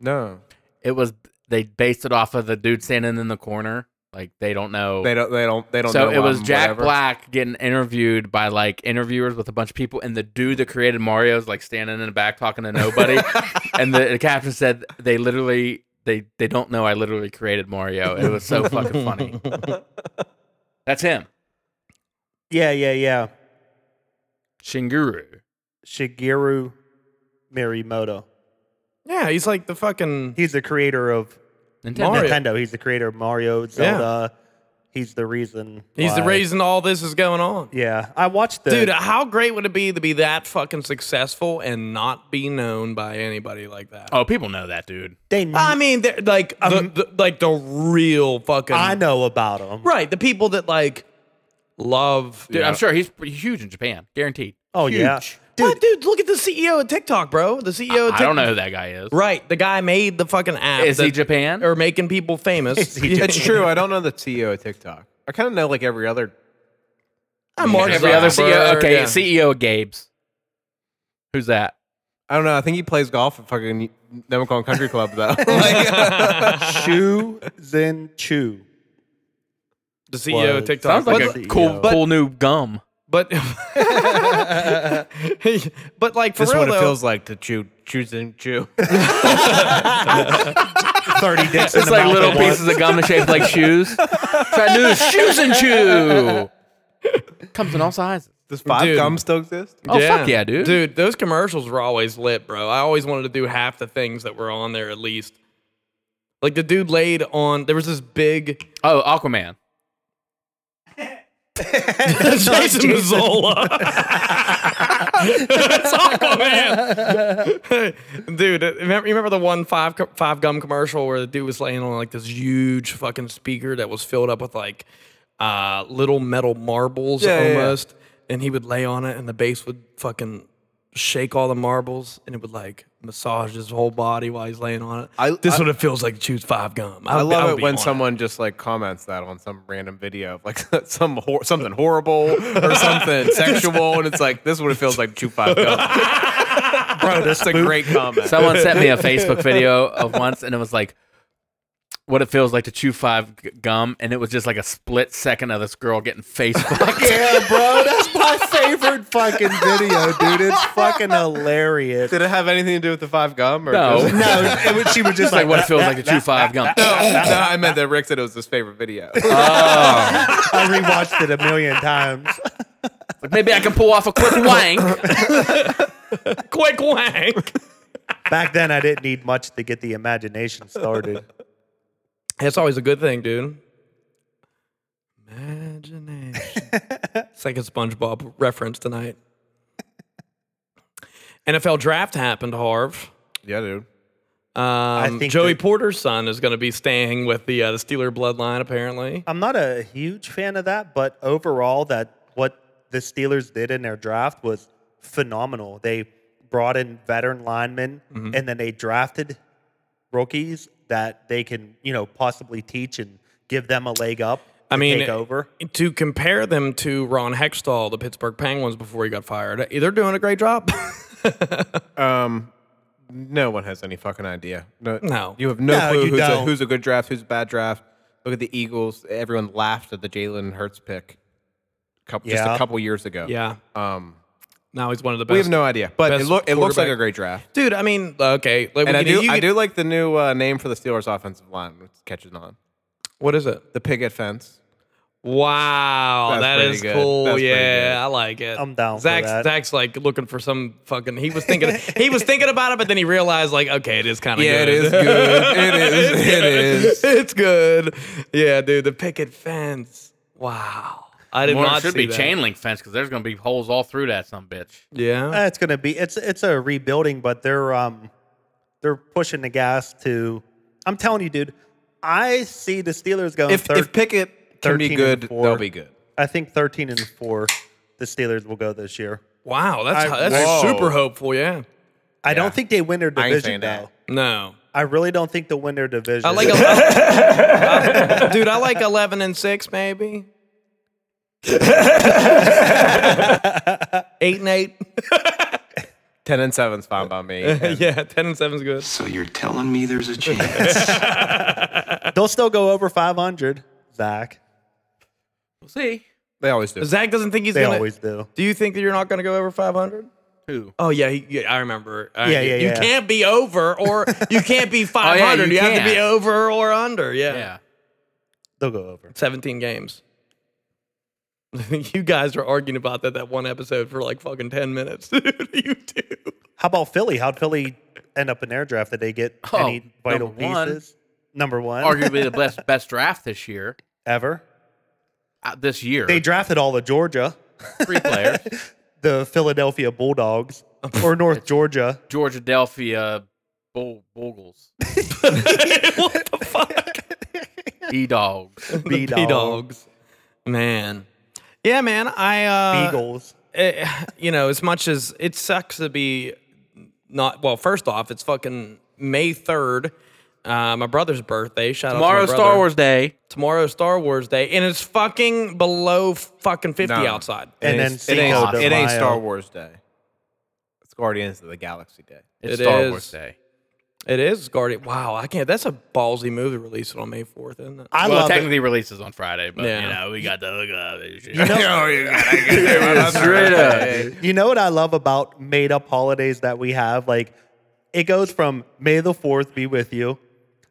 D: no,
B: It was they based it off of the dude standing in the corner, like they don't know.
D: they don't. They don't. They don't.
B: so
D: know
B: it was
D: I'm
B: Jack
D: whatever.
B: Black getting interviewed by like interviewers with a bunch of people, and the dude that created Mario's like standing in the back talking to nobody, and the, the caption said they literally they they don't know I literally created Mario. It was so fucking funny. That's him,
C: Yeah, yeah, yeah.
B: Shinguru.
C: Shigeru Miyamoto.
A: Yeah, he's like the fucking.
C: He's the creator of
A: Mario.
C: Nintendo. He's the creator of Mario, Zelda. He's the reason.
A: He's the
C: why-
A: reason all this is going on.
C: Yeah, I watched the.
A: Dude, how great would it be to be that fucking successful and not be known by anybody like that?
B: Oh, people know that dude.
C: they,
A: I mean, they're, like um, the, the like the real fucking
C: I know about him.
A: right, the people that like love.
B: Dude, I'm sure he's pretty huge in Japan, guaranteed.
C: Oh, yeah.
A: Dude, what, dude, look at the CEO of TikTok, bro. The CEO. of
B: I don't
A: Tik-
B: know who that guy is.
A: Right, the guy made the fucking app.
B: Is he
A: that
B: Japan?
A: Or making people famous?
D: It's true. I don't know the CEO of TikTok. I kind of know like every other.
A: I'm Mark
B: Every other
D: E
B: CEO.
A: Zuckerberg,
B: Okay,
A: yeah.
B: CEO of Gabe's. Who's that?
D: I don't know. I think he plays golf at fucking Democon Country Club though. Like,
C: Shu Zen Chu.
A: the CEO of
C: Was-
A: TikTok.
B: Sounds like
A: But-
B: a
C: CEO.
B: cool,
C: But-
B: cool new gum.
A: But but like for
D: this is
A: real
D: what it
A: though,
D: feels like to chew, choose and chew.
C: 30 dicks
B: It's
C: in the
B: like
C: mouth
B: little
C: at once.
B: pieces of gum shaped like shoes. Try to do this, shoes and chew. Comes in all sizes.
D: Does five
A: Dude.
D: gum still exist?
B: Oh fuck yeah, dude.
A: Dude, those commercials were always lit, bro. I always wanted to do half the things that were on there at least. Like the dude laid on. There was this big
B: Oh, Aquaman.
A: Jason Mazzola. That's Aquaman. dude, remember, you remember the one five co- five gum commercial where the dude was laying on like this huge fucking speaker that was filled up with like uh, little metal marbles
D: Yeah, yeah, yeah.
A: almost, and he would lay on it, and the bass would fucking shake all the marbles, and it would like massage his whole body while he's laying on it.
D: I-
A: this
D: I-
A: is what it feels like to choose five gum.
D: I
A: would be-
D: love
A: would
D: it
A: be
D: when
A: on
D: someone just like comments that on some random video of like some hor- something horrible or something sexual, and it's like this is what it feels like to chew five gum. Bro, that's a great comment.
B: Someone sent me a Facebook video of once, and it was like, what it feels like to chew five g- gum, and it was just like a split second of this girl getting face fucked.
C: Yeah, bro, that's my favorite fucking video, dude. It's fucking hilarious.
D: Did it have anything to do with the five gum? Or
B: No.
D: no,
C: No, it was, she was just
B: It's like what it feels like to chew five gum.
D: I meant that Rick said it was his favorite video.
C: I rewatched it a million times.
B: Maybe I can pull off a quick wank.
A: Quick wank.
C: Back then, I didn't need much to get the imagination started.
A: That's always a good thing, dude. Imagination. it's like a SpongeBob reference tonight. NFL draft happened, Harv.
D: Yeah, dude.
A: Um,
C: think
A: Joey
C: that-
A: Porter's son is going to be staying with the uh, the Steeler bloodline, apparently.
C: I'm not a huge fan of that, but overall, that what the Steelers did in their draft was phenomenal. They brought in veteran linemen, and then they drafted rookies that they can, you know, possibly teach and give them a leg up.
A: I
C: to
A: mean,
C: take over.
A: To compare them to Ron Hextall, the Pittsburgh Penguins, before he got fired, eh, they're doing a great job.
D: No one has any fucking idea. No,
A: No.
D: you have no,
C: No,
D: clue
C: you
D: who's a,
C: don't.
D: who's a good draft, who's a bad draft. Look at the Eagles. Everyone laughed at the Jalen Hurts pick, couple, just
C: Yeah.
D: a couple years ago.
A: yeah.
D: Um,
A: Now he's one of the best.
D: we have no idea, but it,
A: best
D: look, it looks like a
A: quarterback.
D: great draft.
A: Dude, I mean, okay. Like,
D: And I
A: you know,
D: do,
A: you
D: I
A: get-
D: do like the new uh, name for the Steelers' offensive line. which catches on
A: What is it?
D: the picket fence.
A: Wow,
D: That's
A: that
D: pretty
A: is
D: good.
A: cool.
D: That's pretty
A: yeah,
D: good.
A: I like it.
C: I'm down for
A: Zach's
C: that.
A: Zach's like looking for some fucking. He was thinking. he was thinking about it, but then he realized like, okay, it is kind of.
D: Yeah,
A: good.
D: it is good. It is. it is.
A: it's good. Yeah, dude, the picket fence. Wow, I did
B: Well,
A: not
B: it should
A: see
B: be
A: that.
B: chain link fence because there's going to be holes all through that some bitch.
A: Yeah,
C: Uh, it's gonna be it's it's a rebuilding, but they're um they're pushing the gas to. I'm telling you, dude. I see the Steelers going.
D: If
C: thir-
D: if picket can be
C: 13 and
D: good, they'll
C: four.
D: be good.
C: I think 13 and four, the Steelers will go this year.
A: wow, that's
C: I-
A: that's
D: Whoa.
A: super hopeful. Yeah,
C: I don't think they win their
D: I ain't
C: division
D: saying that.
C: though.
A: no,
C: I really don't think they'll win their division.
A: I like. A, dude, I like eleven and six, maybe. eight and eight.
D: Ten and seven's fine by me. and
A: yeah, ten and seven's good.
F: So you're telling me there's a chance?
C: They'll still go over 500. Zach,
B: We'll see.
D: They always do.
A: Zach doesn't think he's
C: they
A: gonna.
C: always do.
A: Do you think that you're not gonna go over 500?
B: Who?
A: Oh yeah, he, yeah I remember. All right,
C: Yeah, yeah,
A: You
C: yeah. Oh,
A: can't be over or you can't be 500.
B: you
A: you have to be
B: can't.
A: over or under. Yeah.
B: Yeah.
C: They'll go over.
A: 17 games. you guys were arguing about that that one episode for like fucking 10 minutes. dude. you two.
C: How about Philly? How'd Philly end up in their draft? Did they get
B: Oh,
C: any vital
B: number one.
C: pieces? Number one,
B: Arguably the best best draft this year.
C: ever.
B: Uh, this year,
C: They drafted all of Georgia,
B: three players:
C: the Philadelphia Bulldogs, or North Georgia.
B: Georgia, Delphia, Bull, Bulgles,
A: what the fuck?
B: E Dogs.
C: B
A: P dogs. Man. Yeah, man. I uh
C: Beagles.
A: eh, you know, as much as it sucks to be not well, first off, it's fucking May third, uh, my brother's birthday. Shout
B: Tomorrow,
A: out to my
B: Star
A: brother.
B: Wars Day.
A: Tomorrow Star Wars Day, and it's fucking below fucking fifty
D: No.
A: outside.
C: And
D: it
C: then
D: ain't,
C: Cinco de
D: it ain't
C: Mayo.
D: Star Wars Day. It's Guardians of the Galaxy Day.
B: It's
A: It
B: Star
A: is.
B: Wars Day.
A: It is Guardian. Wow, I can't. That's a ballsy move to release it on May fourth, isn't it?
C: I
B: well,
C: love it.
B: technically releases on Friday, but
A: Yeah.
B: you know we got the look up. and shit.
D: Oh, Straight up.
C: You know what I love about made up holidays that we have? Like, it goes from May the 4th be with you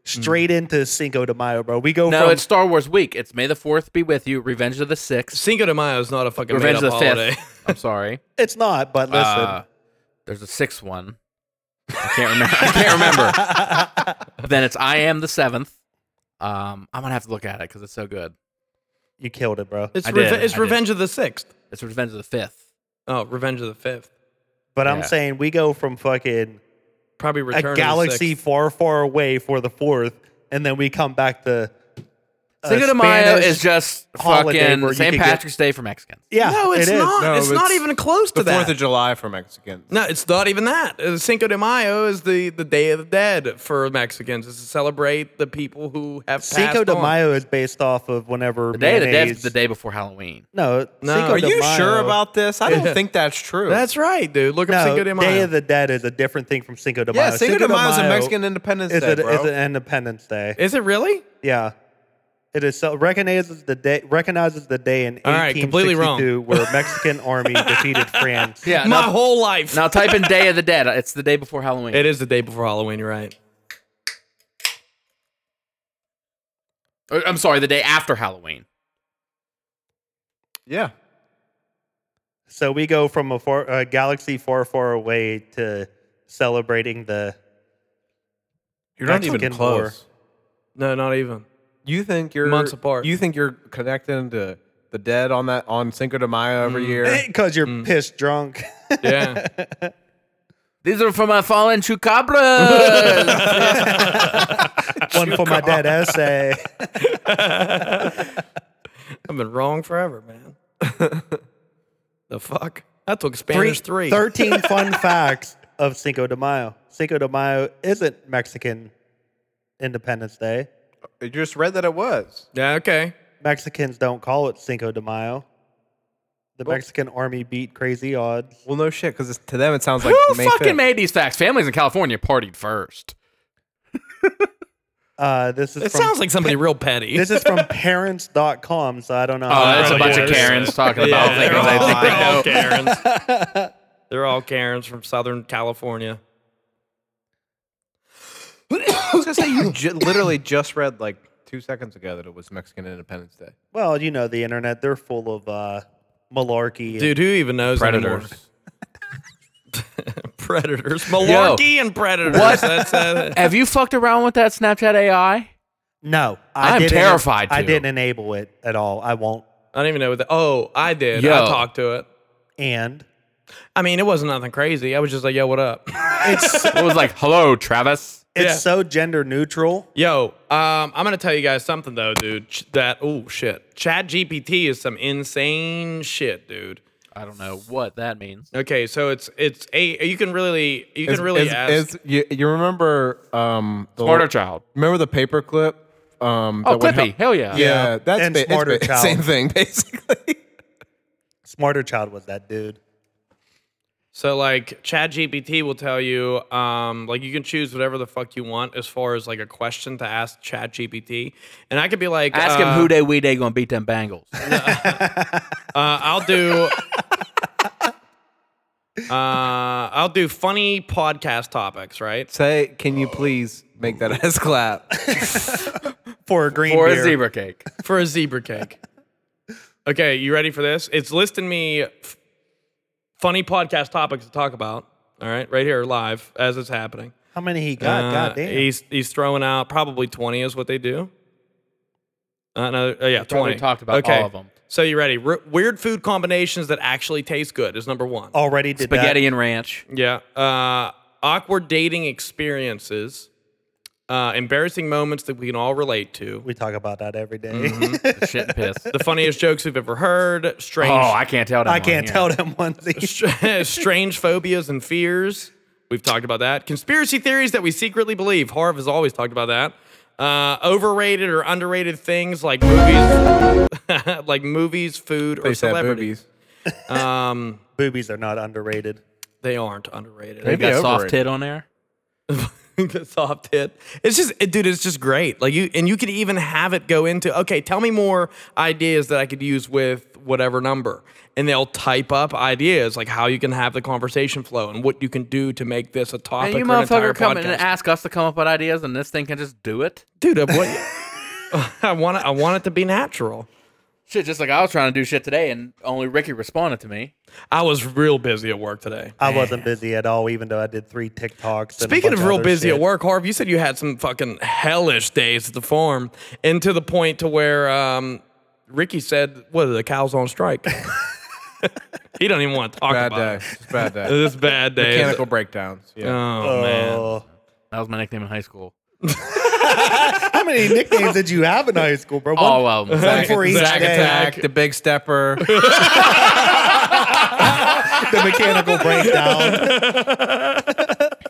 C: straight into Cinco de Mayo, bro. We go
B: No,
C: from.
B: it's Star Wars week. It's May the Fourth be with you. Revenge of the Sixth.
A: Cinco de Mayo is not a fucking
B: Revenge
A: made
B: of
A: up
B: the
A: holiday.
B: Fifth. I'm sorry.
C: it's not, but listen.
B: Uh, there's a sixth one. I can't remember. I can't remember. then it's I am the seventh. Um, I'm gonna have to look at it because it's so good.
C: you killed it, bro.
A: It's,
B: I did,
A: reve- it's
B: I did.
A: Revenge of the Sixth.
B: It's Revenge of the Fifth.
A: Oh, Revenge of the Fifth.
C: But
B: yeah.
C: I'm saying we go from fucking
A: Probably Return
C: a
A: of the
C: galaxy
A: Sixth.
C: far, far away for the 4th, and then we come back to. uh,
B: Cinco de Mayo
C: Spanish-
B: is just
C: holiday where
B: fucking
C: you
B: St.
C: could get-
B: Patrick's Day for Mexicans.
C: Yeah,
A: No, it's
C: it is.
A: not.
D: No,
A: it's, not
D: it's
A: even close to
D: The
A: that.
D: Fourth of July for Mexicans.
A: No, it's not even that. Uh, Cinco de Mayo is the, the Day of the Dead for Mexicans. It's to celebrate the people who have passed
C: Cinco de
A: on.
C: Mayo is based off of whenever
B: The Day of the Dead
C: mayonnaise-
B: is the day before Halloween.
C: No,
A: No.
C: Cinco
A: Are
D: Are
C: de
D: you sure
C: Mayo-
D: about this? I don't think that's true.
A: That's right, dude. Look up
C: No,
A: Cinco de Mayo.
C: Day of the Dead is a different thing from Cinco de Mayo.
D: yeah. Cinco de Mayo is a Mexican Independence
C: is,
D: Day,
C: a,
D: bro.
C: is an Independence Day.
A: is it really?
C: yeah, it is. So, recognizes the day recognizes the day in
A: All right, completely wrong.
C: 1862 where Mexican army defeated France.
B: Yeah.
A: My
B: Now,
A: whole life.
B: now type in Day of the Dead. It's the day before Halloween.
A: It is the day before Halloween. You're right.
B: Or, I'm sorry, the day after Halloween.
D: yeah.
C: So we go from a, far, a galaxy far, far away to celebrating the
H: You're not
C: Mexican
H: even
C: war.
H: close.
A: No, not even.
D: You think you're
A: Months apart.
D: You think you're connecting to the dead on that on Cinco de Mayo every year?
C: Because you're pissed drunk.
A: Yeah.
B: These are for my fallen chupacabras.
C: One for my dead essay.
A: I've been wrong forever, man. the fuck? I took Spanish three.
C: 13 fun facts of Cinco de Mayo. Cinco de Mayo isn't Mexican Independence Day.
H: You just read that it was.
A: Yeah, okay.
C: Mexicans don't call it Cinco de Mayo. The Mexican army beat crazy odds.
D: Well, no shit, because to them it sounds like
B: Who
D: May
B: fucking
D: 5th.
B: made these facts? Families in California partied first.
C: Uh, this is
A: It
C: from,
A: sounds like somebody real petty.
C: this is from parents.com, so I don't know.
B: Oh, that's a bunch of
A: yeah.
B: Karens talking about
A: they're,
B: things
A: all,
B: I think
A: they're
B: they
A: all
B: know.
A: Karens. they're all Karens from Southern California.
D: I was gonna say you ju- literally just read like two seconds ago that it was Mexican Independence Day.
C: well, you know, the internet, they're full of uh, malarkey.
A: Dude, who even knows anymore?
B: Predators.
A: predators. Malarkey and predators.
B: What?
A: That's uh,
B: Have you fucked around with that Snapchat AI?
C: no, I
B: I'm
C: didn't-
B: terrified,
C: I
B: too.
C: didn't enable it at all. I won't.
A: I don't even know what that. Oh, I did. I
B: Yo.
A: talked to it.
C: And
A: I mean, it wasn't nothing crazy. I was just like, yo, what up?
C: it's
B: It was like, hello, Travis.
C: it's
A: Yeah.
C: so gender neutral.
A: Yo, um, I'm gonna tell you guys something though, dude. Ch- That oh shit, Chat GPT is some insane shit, dude.
B: I don't know what that means.
A: Okay, so it's it's a you can really you can really
D: Is-
A: ask.
D: is- you, you remember um the,
B: Smarter child.
D: remember the paperclip? Um,
B: Oh,
D: that would
B: Clippy.
D: help-
B: Hell yeah.
D: Yeah, that's
C: And
D: ba- it's
C: Smarter
D: ba-
C: Child.
D: same thing basically.
C: Smarter Child was that dude.
A: so like Chat GPT will tell you, um, like you can choose whatever the fuck you want as far as like a question to ask Chat GPT, and I could be like,
B: Ask
A: uh,
B: him who they we they gonna beat them Bengals.
A: Uh, I'll do. uh, I'll do funny podcast topics, right?
D: Say, can you please make that ass clap?
C: For a green
B: or a
C: beer.
B: zebra cake.
A: for a zebra cake. Okay, you ready for this? It's listing me f- funny podcast topics to talk about. All right, right here live as it's happening.
C: How many he got?
A: Uh,
C: God damn.
A: He's he's throwing out probably twenty is what they do. Uh, no, uh, yeah,
B: probably
A: twenty.
B: talked about
A: okay.
B: all of 'em.
A: So you ready? R- weird food combinations that actually taste good is number one.
C: Already did
B: Spaghetti and ranch.
A: Yeah. Uh, awkward dating experiences, uh, embarrassing moments that we can all relate to.
C: That. We talk about that every day.
A: Mm-hmm.
B: Shit and piss.
A: The funniest jokes we've ever heard.
B: oh,
A: Strange.
B: I can't tell.
C: I can't tell them one thing.
A: Str- strange phobias and fears. We've talked about that. Conspiracy theories that we secretly believe. Harv has always talked about that. Uh, overrated or underrated things like movies, like movies, food, or
D: They said
A: celebrities.
D: boobies.
C: Boobies are not underrated.
A: They aren't underrated.
B: You
D: Maybe
B: got soft
D: overrated.
B: tit on there.
A: soft hit. It's just, it- dude, it's just great. Like you, and you could even have it go into, okay, tell me more ideas that I could use with whatever number. And they'll type up ideas like how you can have the conversation flow and what you can do to make this a topic.
B: And you
A: or an entire
B: motherfucker come in
A: podcast.
B: and ask us to come up with ideas, and this thing can just do it.
A: dude, I want, I want, it, I want it to be natural.
B: Shit, just like I was trying to do shit today, and only Ricky responded to me.
A: I was real busy at work today.
C: I wasn't busy at all, even though I did three TikToks. and a
A: Speaking
C: bunch
A: of real
C: other
A: busy
C: shit.
A: at work, Harv, you said you had some fucking hellish days at the farm, and to the point to where um, Ricky said, "What are the cows on strike?" he don't even want to talk
D: Bad
A: about
D: day. It's bad
A: it.
D: day.
A: This bad day.
D: Mechanical breakdowns. Yeah.
A: Oh man,
C: Oh.
B: That was my nickname in high school.
C: How many nicknames did you have in high school, bro? One-
A: Oh, uh,
B: All of them.
C: one for each
D: Zack
C: day.
D: Attack, the Big Stepper.
C: the mechanical breakdown.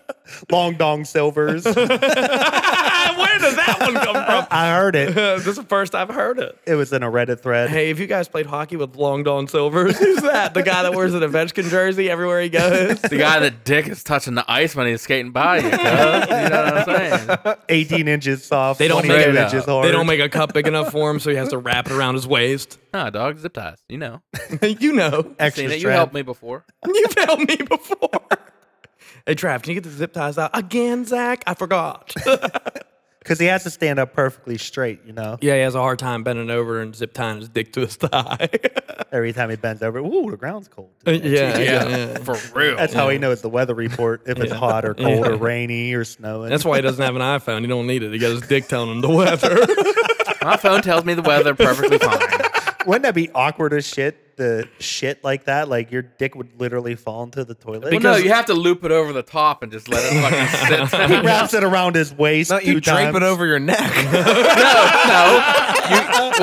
C: Long dong silvers.
A: where does that one come from?
C: I heard it.
A: Uh, this is the first I've heard it.
C: It was in a Reddit thread.
A: Hey, if you guys played hockey with Long Don Silvers, who's that? The guy that wears an Ovechkin jersey everywhere he goes.
B: the guy that dick is touching the ice when he's skating by you. cuz. you know what I'm saying?
C: 18 inches soft.
A: They don't
C: 22
A: make uh,
B: it up.
C: inches hard.
A: They don't make a cup big enough for him, so he has to wrap it around his waist.
B: Nah, dog, zip ties. You know,
A: you know.
C: extra
B: seen it. You
C: strap.
B: helped me before.
A: You've helped me before. Hey, Trav, can you get the zip ties out again, Zach? I forgot.
C: because he has to stand up perfectly straight, you know.
A: Yeah, he has a hard time bending over and zip tying his dick to his thigh.
C: Every time he bends over, ooh, the ground's cold.
A: yeah, yeah,
B: for real.
C: That's how he knows the weather report if it's hot or cold or rainy or snowing.
A: That's why he doesn't have an iPhone. He don't need it. He got his dick telling him the weather.
B: My phone tells me the weather perfectly fine.
C: Wouldn't that be awkward as shit? The shit like that, like your dick would literally fall into the toilet.
B: Well, no, you have to loop it over the top and just let it fucking sit.
C: he wraps it around his waist.
D: No, you
C: two
D: drape
C: times.
D: it over your neck.
B: What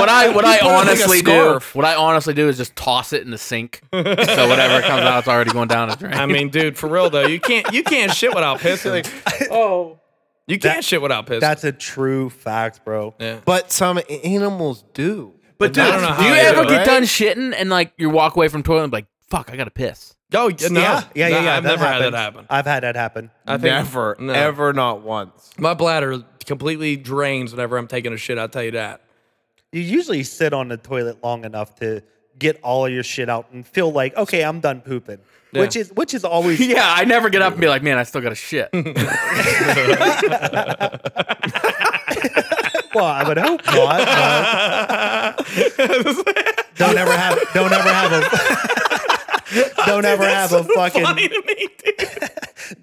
B: I what I
D: it like a
B: honestly do
D: scarf.
B: what I honestly do is just toss it in the sink. So whatever comes out, it's already going down the drain.
A: I mean, dude, for real though, you can't you can't shit without pissing.
B: oh,
A: you can't shit without pissing.
C: That's a true fact, bro.
D: but some animals do.
B: but dude,
A: I don't know how
B: do you
A: I do
B: ever
A: it,
B: get
A: right?
B: done shitting and like you walk away from toilet and be like, fuck, I gotta piss.
A: oh yeah, no,
C: yeah, Ah, yeah,
A: No,
C: yeah. yeah,
A: I've
C: that
A: never had
C: happens.
A: that happen.
C: I've had that happen.
A: I think-
D: Never,
A: no.
D: ever, not once.
A: My bladder completely drains whenever I'm taking a shit. I will tell you that.
C: You usually sit on the toilet long enough to get all of your shit out and feel like, okay, I'm done pooping, which is which is always
B: Yeah, I never get up and be like, man, I still gotta shit.
C: Well, I would hope not. but don't ever have. Don't ever have a. Don't ever have a fucking.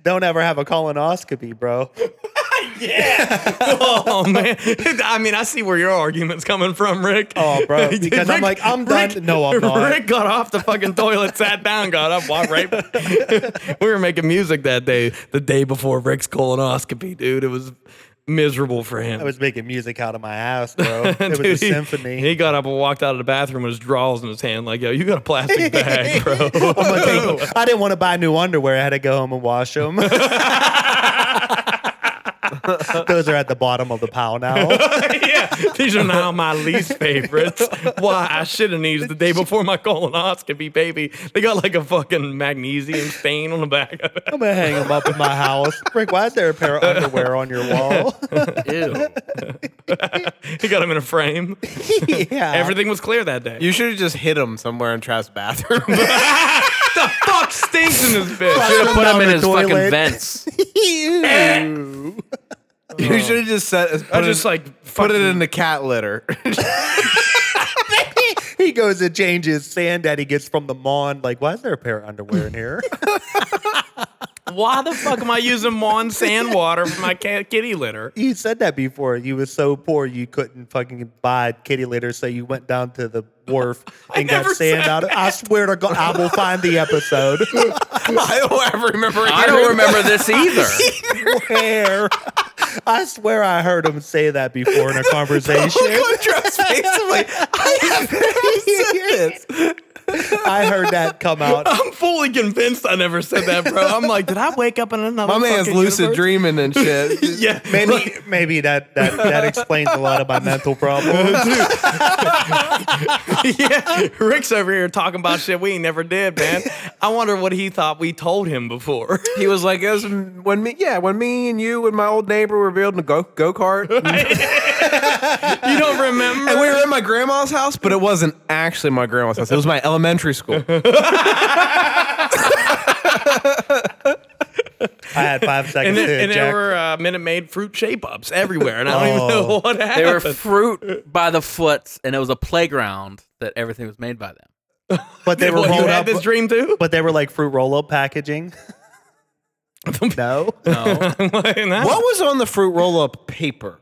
C: Don't ever have a colonoscopy, bro.
A: Oh man, I mean, I see where your argument's coming from, Rick.
C: Oh, bro, because I'm like, I'm done. No, I'm not.
A: Rick got off the fucking toilet, sat down, got up, walked right. we were making music that day, the day before Rick's colonoscopy, dude. It was miserable for him.
C: I was making music out of my ass, bro. It was a
A: Dude, he-
C: symphony.
A: He got up and walked out of the bathroom with his drawers in his hand, like, yo, you got a plastic bag, bro.
C: I'm gonna take- I didn't want to buy new underwear. I had to go home and wash them. Those are at the bottom of the pile now.
A: yeah, these are now my least favorites. Why I should have used the day before my colonoscopy, baby. They got like a fucking magnesium stain on the back of it.
C: I'm gonna hang them up in my house. Rick, why is there a pair of underwear on your wall?
B: Ew.
A: He got them in a frame.
C: yeah.
A: Everything was clear that day.
D: You should have just hit him somewhere in Trav's bathroom.
A: the fuck stinks in this bitch.
B: Should have put him in
C: the
B: his
C: toilet.
B: fucking vents.
D: you should have just set. Put
A: I
D: it-
A: just like
D: put it
A: fucking-
D: in the cat litter.
C: he goes and changes sand that he gets from the lawn. Like, why is there a pair of underwear in here?
A: Why the fuck am I using Mon sand water for my cat- kitty litter?
C: you said that before. You was so poor you couldn't fucking buy kitty litter, so you went down to the wharf and got
A: never
C: sand
A: said
C: out. Of, I swear to God, I will find the episode.
D: I don't ever remember.
B: I don't remember this either.
C: Where? I swear I heard him say that before in a conversation.
D: Trav's face. I'm like, I have never said this.
C: I heard that come out.
A: I'm fully convinced I never said that, bro. I'm like, did I wake up in another?
D: My man's
A: fucking
D: lucid
A: universe?
D: dreaming and shit.
A: Yeah,
C: Maybe, maybe that, that that explains a lot of my mental problems.
A: yeah, Rick's over here talking about shit we ain't never did, man. I wonder what he thought we told him before.
D: He was like, it was when me, yeah, when me and you and my old neighbor were building a go go kart, and
A: You don't remember?
D: we were in my grandma's house, but it wasn't actually my grandma's house. It was my elementary school.
C: I had five
A: and,
C: seconds
A: there-
C: to
A: and there
C: eject.
A: were uh, Minute Maid fruit shape ups everywhere, and I don't even
D: Oh.
A: know what
B: They were
A: happened.
B: fruit by the foots, and it was a playground that everything was made by them.
C: But they were
A: What, you
C: rolled
A: had
C: up.
A: this dream too?
C: but they were like fruit roll up packaging. no.
D: What was on the fruit roll up paper?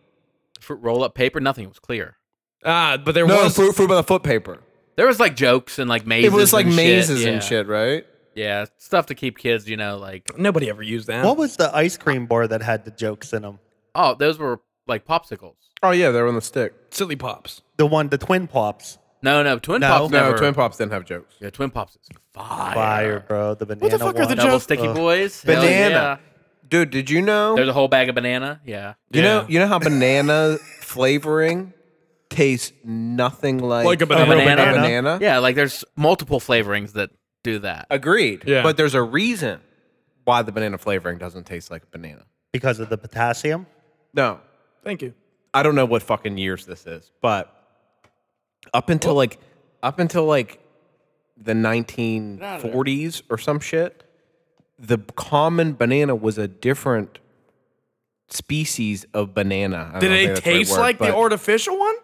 B: Fruit roll up paper, nothing was clear.
A: Ah, but there
D: No,
A: was.
D: fruit, fruit by the foot paper.
B: There was like jokes and like mazes.
D: It was like
B: and
D: mazes
B: shit.
D: and
B: yeah.
D: shit, right?
B: Yeah, stuff to keep kids, you know, like
A: Nobody ever used that.
C: What was the ice cream bar that had the jokes in them?
B: oh, those were like popsicles.
D: Oh yeah, they were on the stick.
A: Silly pops.
C: The one, the twin pops.
B: No, no, twin
C: No.
B: pops.
D: No,
B: never-
D: twin pops didn't have jokes.
B: Yeah, twin pops is fire.
C: Fire, bro. The banana. What the
A: fuck are
C: one.
A: the
B: Double
A: Joe-
B: sticky
C: Ugh.
B: boys. Hell
D: Banana,
B: yeah.
D: dude. Did you know?
B: There's a whole bag of banana. Yeah.
D: you know,
A: Yeah.
D: you know how banana flavoring tastes nothing like
A: Like a
B: A
A: banana.
D: real
B: banana.
D: banana?
B: Yeah, like there's multiple flavorings that do that.
D: Agreed.
A: Yeah.
D: But there's a reason why the banana flavoring doesn't taste like a banana.
C: Because of the potassium.
D: No.
A: Thank you.
D: I don't know what fucking years this is, but up until like up until like the 1940s or some shit, the common banana was a different species of banana. I
A: Did
D: don't think
A: it
D: that's the right
A: taste
D: word,
A: like the
D: but-
A: artificial one?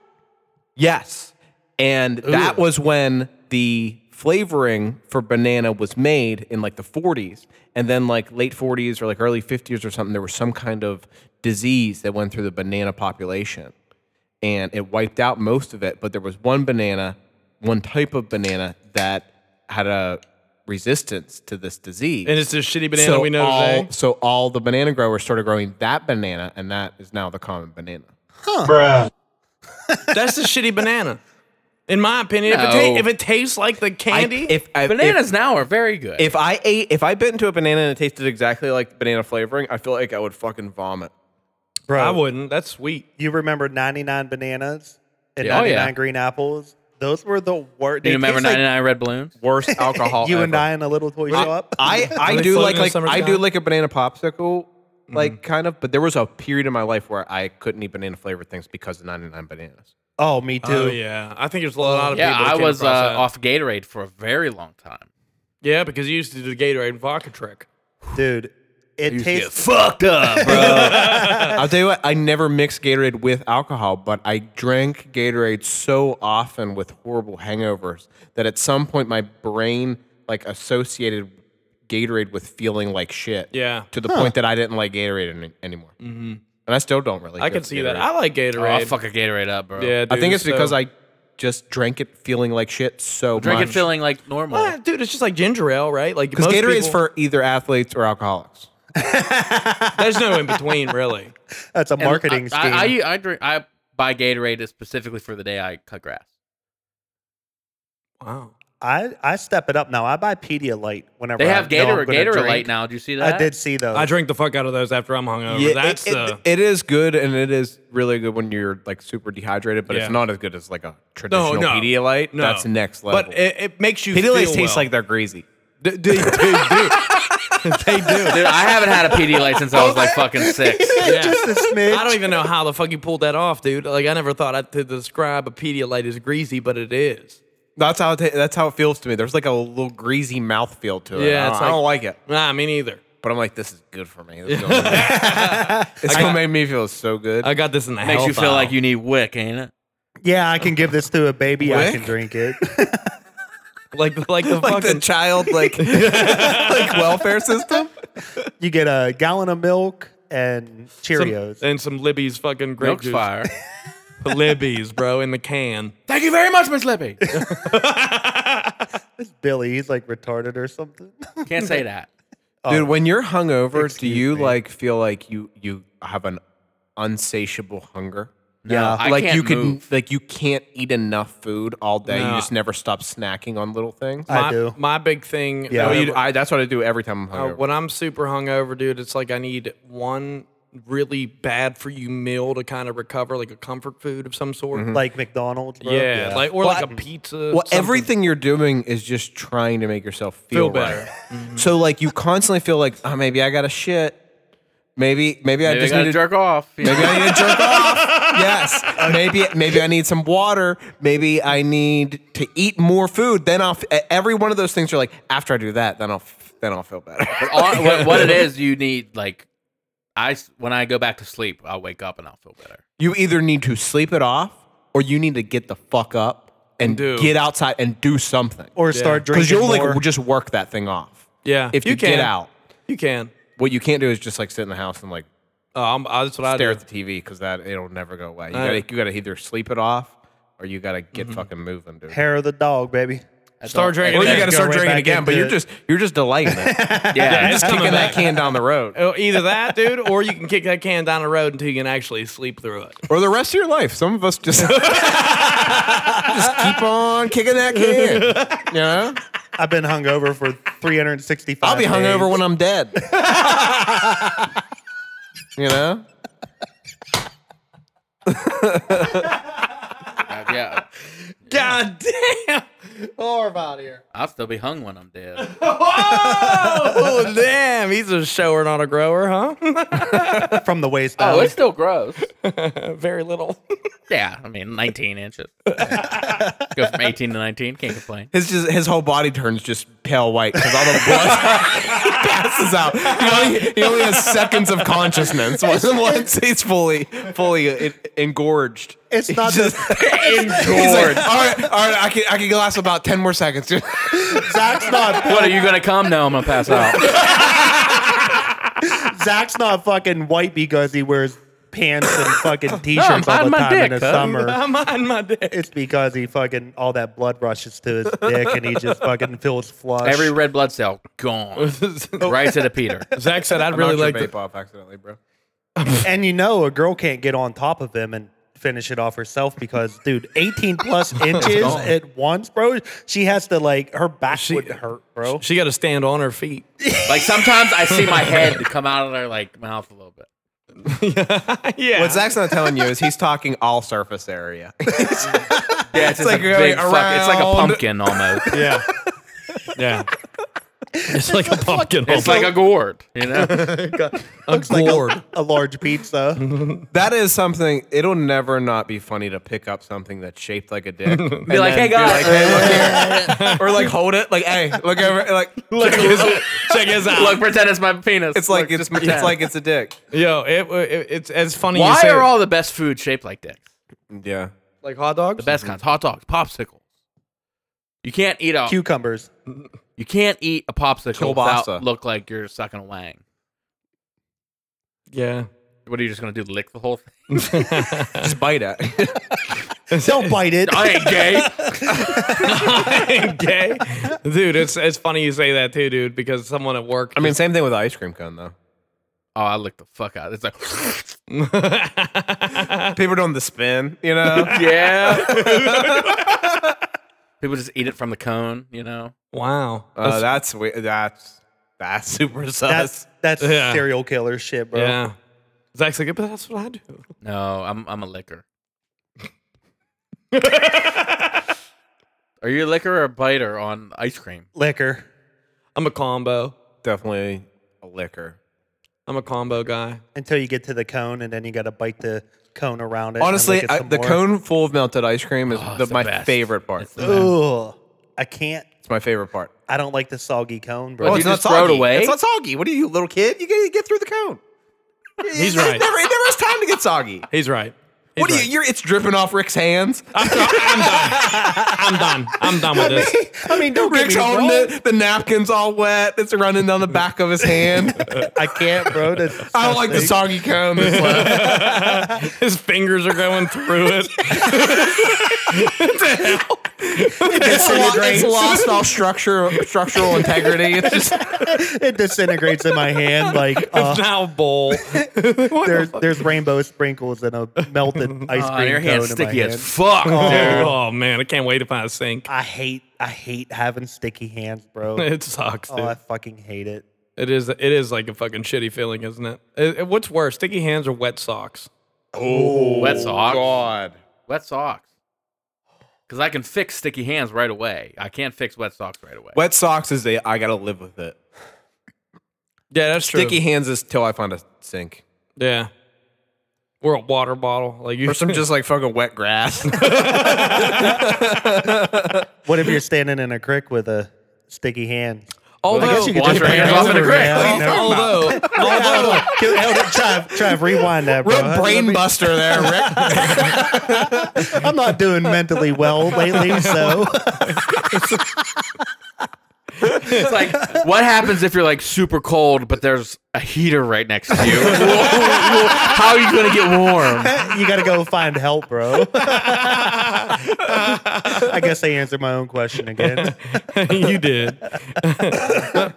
D: Yes. And that was when the flavoring for banana was made in like the 40s. And then like late 40s or like early 50s or something, there was some kind of disease that went through the banana population. And it wiped out most of it. But there was one banana, one type of banana that had a resistance to this disease.
A: And it's this shitty banana we know
D: all,
A: today.
D: So all the banana growers started growing that banana, and that is now the common banana.
A: That's the shitty banana. In my opinion, if, it ta-
B: No.
A: if it tastes like the candy,
D: if, I,
B: Bananas now are very good.
D: If I ate, if I bit into a banana and it tasted exactly like banana flavoring, I feel like I would fucking vomit.
C: Bro,
D: uh,
A: I wouldn't. That's sweet.
C: you remember 99 bananas and
B: Yeah, oh,
C: 99
B: yeah.
C: green apples? Those were the worst.
B: you remember 99 Red Balloon?
D: Worst alcohol.
C: you and
D: ever.
C: I in a little toy shop.
D: I, I
A: they
D: do
A: floating
D: like
A: in the
D: like
A: summer
D: I
A: sky?
D: do like a banana popsicle, like kind of. But there was a period in my life where I couldn't eat banana flavored things because of ninety nine bananas.
C: oh, me too.
A: Oh yeah, I think there's a lot of
B: Yeah,
A: people. that
B: I
A: came
B: was uh,
A: across that.
B: off Gatorade for a very long time.
A: Yeah, because you used to do the Gatorade and vodka trick.
C: Dude, it
B: Used to get
C: tastes.
B: fucked up, bro.
D: I'll tell you what, I never mixed Gatorade with alcohol, but I drank Gatorade so often with horrible hangovers that at some point my brain like associated Gatorade with feeling like shit.
A: Yeah.
D: To the point that I didn't like Gatorade any- anymore. Mm-hmm. And I still don't really.
A: I
D: get
A: can see that.
D: Gatorade.
A: I like Gatorade.
B: Oh, I'll fuck a Gatorade up, bro.
A: yeah, dude,
D: I think it's
A: so-
D: because I just drank it feeling like shit so
B: Drink
D: much.
B: it feeling like normal.
A: Ah, dude, it's just like ginger ale, right? Like
D: because
A: most
D: Gatorade's
A: people-
D: for either athletes or alcoholics.
A: There's no in between, really.
C: That's a
B: And
C: marketing
B: I,
C: scheme.
B: I, I, I drink. I buy Gatorade specifically for the day I cut grass.
A: Wow.
C: I, I step it up now. I buy Pedialyte whenever
B: They
C: I
B: have
C: know I'm
B: Gator
C: gonna
B: Gatorade
C: drink.
B: now. Did you see that?
C: I did see those.
A: I drink the fuck out of those after I'm hungover. Oh, That's uh,
D: it,
A: the
D: it- it is good and it is really good when you're like super dehydrated, but
A: Yeah.
D: it's not as good as like a traditional
A: no.
D: Pedialyte.
A: No.
D: That's next level.
A: But it, it makes you feel
D: Pedialytes taste
A: well.
D: like they're greasy.
A: They, they, they do. they do.
B: Dude, I haven't had a Pedialyte since I was like fucking six.
A: Yeah. I
C: Smidge.
A: don't even know how the fuck you pulled that off, dude. Like I never thought I to describe a Pedialyte as greasy, but it is.
D: That's how it ta- that's how it feels to me. There's like a little greasy mouthfeel to it.
A: Yeah,
D: I,
A: it's
D: don't, I don't like it,
A: Nah, me neither.
D: but I'm like, this is good for me. This is gonna make- it's gonna make me feel so good.
A: I got this in the
C: Oh,
B: Makes you
A: health
B: feel
A: aisle.
B: like you need wick, ain't it?
C: yeah, I can give this to a baby. I
D: Wick?
C: can drink it.
A: like like the
D: like
A: fucking
D: the child like like welfare system.
C: you get a gallon of milk and
A: some-
C: Cheerios.
A: and some Libby's fucking grape
B: Milk's
A: juice.
B: fire.
A: Libby's, bro, in the can.
B: Thank you very much, Miss Lippy.
C: Billy, he's like retarded or something.
B: Can't say that.
D: Dude, when you're hungover, do
C: excuse
D: you
C: me.
D: like feel like you you have an unsatiable hunger?
B: Yeah, I
D: like
B: can't
D: you can
B: move.
D: like you can't eat enough food all day.
A: No.
D: You just never stop snacking on little things.
C: I
A: my, mm.
C: do.
A: My big thing.
C: Yeah.
D: No,
A: whenever-
D: you- I- that's what I do every time I'm
A: Uh,
D: hungover.
A: when I'm super hungover, dude, it's like I need one really bad for you meal to kind of recover, like a comfort food of some sort.
C: like McDonald's. Bro.
A: Yeah, like or
D: Mm-hmm. Well,
A: like a
D: I-
A: pizza.
D: well,
A: something.
D: everything you're doing is just trying to make yourself
A: feel
D: feel,
A: better.
D: right. So like you constantly feel like, oh, maybe I got to shit. Maybe maybe, I
B: Maybe I
D: just
B: gotta
D: need to
B: jerk off. you
D: Maybe
B: know?
D: I need to jerk off. Yes. Maybe maybe I need some water. Maybe I need to eat more food. Then I'll. f- e, Every one of those things are like after I do that, then I'll f- then I'll feel better.
B: All- what, what it is, you need like, I s- when I go back to sleep, I'll wake up and I'll feel better.
D: You either need to sleep it off, or you need to get the fuck up and
A: Do.
D: get outside and do something.
C: Or start drinking
D: because you'll
C: more.
D: like just work that thing off.
A: Yeah,
D: If you,
A: can.
D: get out,
A: you can.
D: what you can't do is just like sit in the house and like
A: Oh, I'm, I, that's what I
D: stare
A: do.
D: at the TV because that it'll never go away. You
A: I-
D: gotta you gotta either sleep it off. Or you gotta get fucking moving, dude.
C: hair of the dog, baby.
A: Start drinking.
D: Mm-hmm. Well,
A: that.
D: you got to
C: go
D: start
C: right
D: drinking
C: back
D: again, but
C: into
D: you're
C: it.
D: just you're just delaying it,
B: Yeah,
A: it's coming
D: kicking that
A: back.
D: can down the road,
A: Oh, Either that, dude, or you can kick that can down the road until you can actually sleep through it.
D: or the rest of your life. Some of us just just keep on kicking that can. You know,
C: I've been hungover for 365.
D: I'll be hungover
C: days.
D: when I'm dead. you know,
B: yeah.
A: God damn!
B: I'll still be hung when I'm dead.
A: Oh damn! He's a shower, not a grower, huh?
C: from the waist
B: Oh,
C: down.
B: it's still gross.
A: Very little.
B: Yeah, I mean, 19 inches. Go from 18 to 19. Can't complain.
D: his just, his whole body turns just pale white because all the blood passes out. He only, he only has seconds of consciousness once, once he's fully fully en- engorged.
C: It's not
D: Just- He's like, all right, all right, I can I can last about ten more seconds.
C: Zach's not
B: What are you gonna come? No, I'm gonna pass out.
C: Zach's not fucking white because he wears pants and fucking
B: I'm
C: t-shirts all the
B: hiding my
C: time
B: dick,
C: in the
B: huh?
C: summer.
A: I'm on my dick.
C: It's because he fucking all that blood rushes to his dick and he just fucking feels flush.
B: Every red blood cell gone, right to the Peter.
A: Zach said, I'd really like
D: vape
A: to.
D: off accidentally, bro.
C: and you know a girl can't get on top of him and finish it off herself because dude 18 plus inches at once bro she has to like her back would hurt bro
A: She got to stand on her feet.
B: Like sometimes I see my head come out of their like mouth a little bit.
A: Yeah.
D: What Zach's not telling you is he's talking all surface area.
B: Yeah, it's,
D: like
B: like
D: going
B: a big fuck, It's like a
D: around.
B: pumpkin almost.
A: Yeah. Yeah. It's like a pumpkin.
B: It's like a gourd, you know.
A: a gourd.
C: a large pizza
D: That is something. It'll never not be funny to pick up something that's shaped like a dick. and
B: Be like,
D: then
B: hey guys,
D: like, hey, look here." or like hold it, like, hey, look over, like,
A: Check his, check his out.
B: look, pretend it's my penis.
D: it's like
B: Look,
D: it's,
B: just pretend.
D: it's like it's a dick.
A: Yo, it, it, it's as funny. you
B: Why
A: say
B: are
A: it.
B: all the best food shaped like dicks?
D: Yeah,
A: like hot dogs?
B: The best kinds: hot dogs, popsicles. You can't eat a
C: cucumbers
B: you can't eat a popsicle
D: Kielbasa.
B: without look like you're sucking a wang.
A: Yeah.
B: What are you just gonna do? Lick the whole thing?
D: just bite it.
C: don't bite it
B: I ain't gay.
A: okay. Dude, it's it's funny you say that too, dude, because someone at work
D: I mean, same thing with the ice cream cone though.
B: Oh, I licked the fuck out. It's like,
D: People doing the spin, you know.
B: yeah. People just eat it from the cone, you know.
A: Wow.
D: uh, that's we- that's that's super sus.
C: that's that's
A: Yeah.
C: serial killer shit bro
A: Yeah. Zach's like, but that's what I do.
B: No, I'm I'm a licker. Are you a licker or a biter on ice cream?
C: liquor
A: I'm a combo.
D: definitely a liquor.
A: I'm a combo guy.
C: until you get to the cone and then you got to bite the cone around it and lick
D: Honestly,
C: it
D: I,
C: some
D: the
C: more.
D: cone full of melted ice
C: Oh,
D: cream is the,
B: the
D: my
B: best.
D: favorite part. It's,
C: Ugh, i can't
D: my favorite part.
C: i don't like the soggy cone
B: But
C: bro
B: you just throw it
D: soggy.
B: away?
D: It's not soggy. What are you, little kid? You gotta get through the cone.
A: He's right.
D: It never, it never has time to get soggy.
A: He's right. He's
D: what are
A: right.
D: you? You're, it's dripping off Rick's hands.
A: I'm done. I'm done with this.
C: i mean don't get
D: Rick's
C: me
D: holding
C: wrong.
D: it. The napkin's all wet. It's running down the back of his hand.
C: i can't bro that's
D: I don't like the soggy cone. that's left.
A: His fingers are going through it.
D: it's, lo- it's lost all structure, structural integrity. It's just
C: it disintegrates in my hand like uh,
D: Uh-huh.
A: Now bowl.
C: there's there's rainbow sprinkles and a melted ice
D: Ah,
B: Oh,
C: cream
B: your hand's
C: cone in my
B: sticky
C: hand.
B: as fuck, dude.
A: Oh man, I can't wait to find a sink.
C: I hate I hate having sticky hands, bro.
A: It sucks, dude.
C: oh, I fucking hate it.
A: It is. It is like a fucking shitty feeling, isn't it? It- it- what's worse, sticky hands or wet socks?
B: Wet socks.
E: God.
B: Wet socks. Because I can fix sticky hands right away. I can't fix wet socks right away.
D: wet socks. Is the I gotta live with it.
A: Yeah, that's
D: Sticky hands is till I find a sink
A: Yeah, or a water bottle. Like you,
D: or some just like fucking wet grass.
C: What if you're standing in a creek with a sticky hand?
A: although,
C: I guess you could
B: Wash
C: just
B: your
C: put your
B: hands off in
C: hand over
B: a creek.
C: your hand.
D: What are you
C: Never-
A: although,
C: Hold on. Can- hold on. Trav, Trav, rewind that, bro.
D: Oh, Real brain buster there, Rick.
C: I'm not doing mentally well lately, so
B: It's like, what happens if you're like super cold, but there's a heater right next to you? How are you gonna get warm?
C: you got to go find help, bro. I guess I answered my own question again.
A: you did.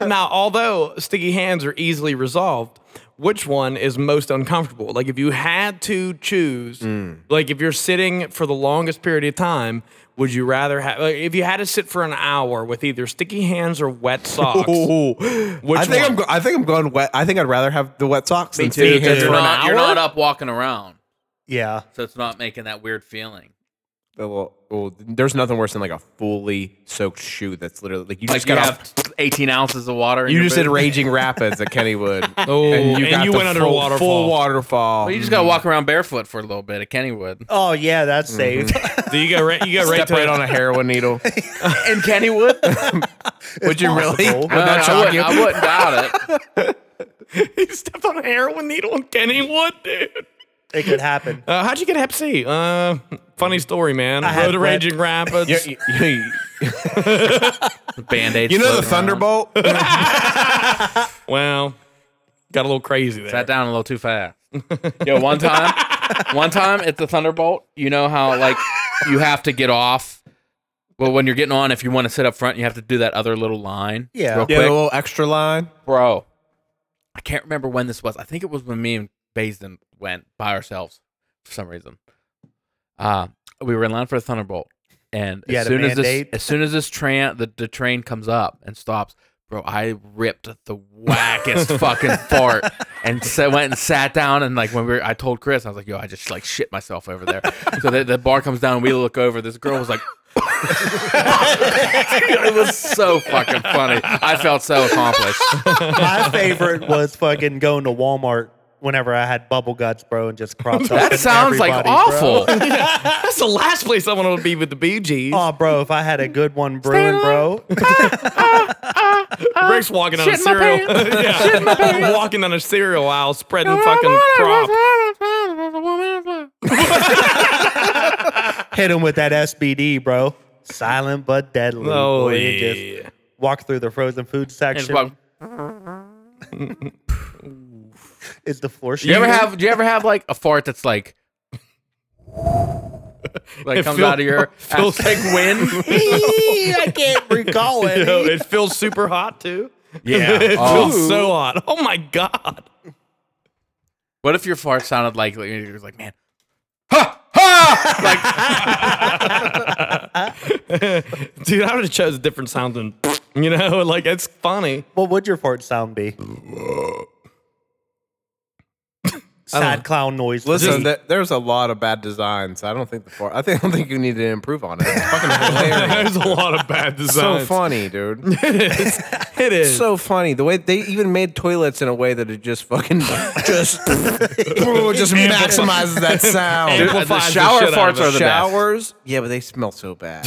A: now, although sticky hands are easily resolved, which one is most uncomfortable? Like, if you had to choose, like if you're sitting for the longest period of time, would you rather have? Like, if you had to sit for an hour with either sticky hands or wet socks, which
D: I think
A: one?
D: I'm. Go- I think I'm going wet. I think I'd rather have the wet socks than sticky hands
B: Because
D: for
B: you're
D: an
B: not, you're
D: hour.
B: not up walking around,
C: Yeah.
B: so it's not making that weird feeling.
D: Well, well, there's nothing worse than like a fully soaked shoe that's literally like you
B: Like
D: just got
B: you
D: off.
B: have 18 ounces of water. in
D: You
B: your
D: just did
B: boot.
D: raging rapids at Kennywood.
A: Oh, and you
D: the
A: went under a
D: full,
A: waterfall.
D: Full waterfall.
B: Well, you just gotta walk around barefoot for a little bit at Kennywood.
C: Oh yeah, that's
B: Mm-hmm.
C: safe.
A: Do you go right? You go right
D: Step
A: to
D: right on a heroin needle.
B: In Kennywood,
H: Would you really?
C: possible.
H: Would
B: No,
H: that
B: no,
H: shock
B: I, wouldn't, I wouldn't doubt it.
A: he stepped on a heroin needle and Kenny Wood, dude.
C: It could happen.
A: Uh, how'd you get Hep C? Uh, funny story, man.
C: had
A: Road to
C: Brett-
A: Raging Rapids.
H: you? You,
B: Band-aids.
H: you know the
B: floating around.
H: Thunderbolt?
A: Well, got a little crazy there.
B: Sat down a little too fast. Yo, one time, one time at the Thunderbolt, you know how like you have to get off. Well, when you're getting on, if you want to sit up front, you have to do that other little line.
C: Yeah.
B: real
D: Yeah,
B: quick.
D: the little extra line.
B: bro. I can't remember when this was. I think it was when me and Basin went by ourselves for some reason. Uh, we were in line for the Thunderbolt, and
C: You
B: as
C: had a
B: soon as this,
C: Band-Aid?
B: as soon as this train the, the train comes up and stops, bro, I ripped the wackest fucking fart and so went and sat down and like when we were, I told Chris, I was like, yo, I just like shit myself over there. so the, the bar comes down, we look over, this girl was like. it was so fucking funny. I felt so accomplished.
C: My favorite was fucking going to Walmart whenever I had bubble guts, bro, and just cropped up.
B: That sounds like awful.
A: That's the last place I wanted to be with the Bee Gees.
C: Oh, bro, if I had a good one brewing, bro.
A: Rick's walking on a
B: shit in my
A: cereal. yeah. I'm walking on a cereal aisle, spreading fucking crop.
C: Hit him with that SBD, bro. Silent but deadly.
A: Oh,
C: Boy, you
A: yeah.
C: just walk through the frozen food
B: It's
C: section.
B: like-
C: Is the floor
B: do you ever have? Do you ever have like a fart that's like, like
A: It
B: comes
A: feel-
B: out of your
A: feels
B: like wind?
C: I can't recall it.
A: Yo, it feels super hot, too.
C: yeah.
A: It feels so hot. Oh, my God.
B: What if your fart sounded like like, it was like, man, ha ha, like
A: Dude, I would have chose a different sound than, you know, like it's funny.
C: What would your fart sound be? Sad clown noise.
D: Listen, th- there's a lot of bad designs. I don't think the far- I think I don't think you need to improve on it. It's fucking hilarious.
A: There's a lot of bad
D: so
A: designs.
D: funny, dude.
A: It is.
D: so funny. The way they even made toilets in a way that it just fucking just Ooh, just maximizes that
A: Dude,
D: sound.
A: amplifies
B: the
A: the
B: shower
A: shit out of
B: farts are the best.
D: Showers, yeah, but they smell so bad.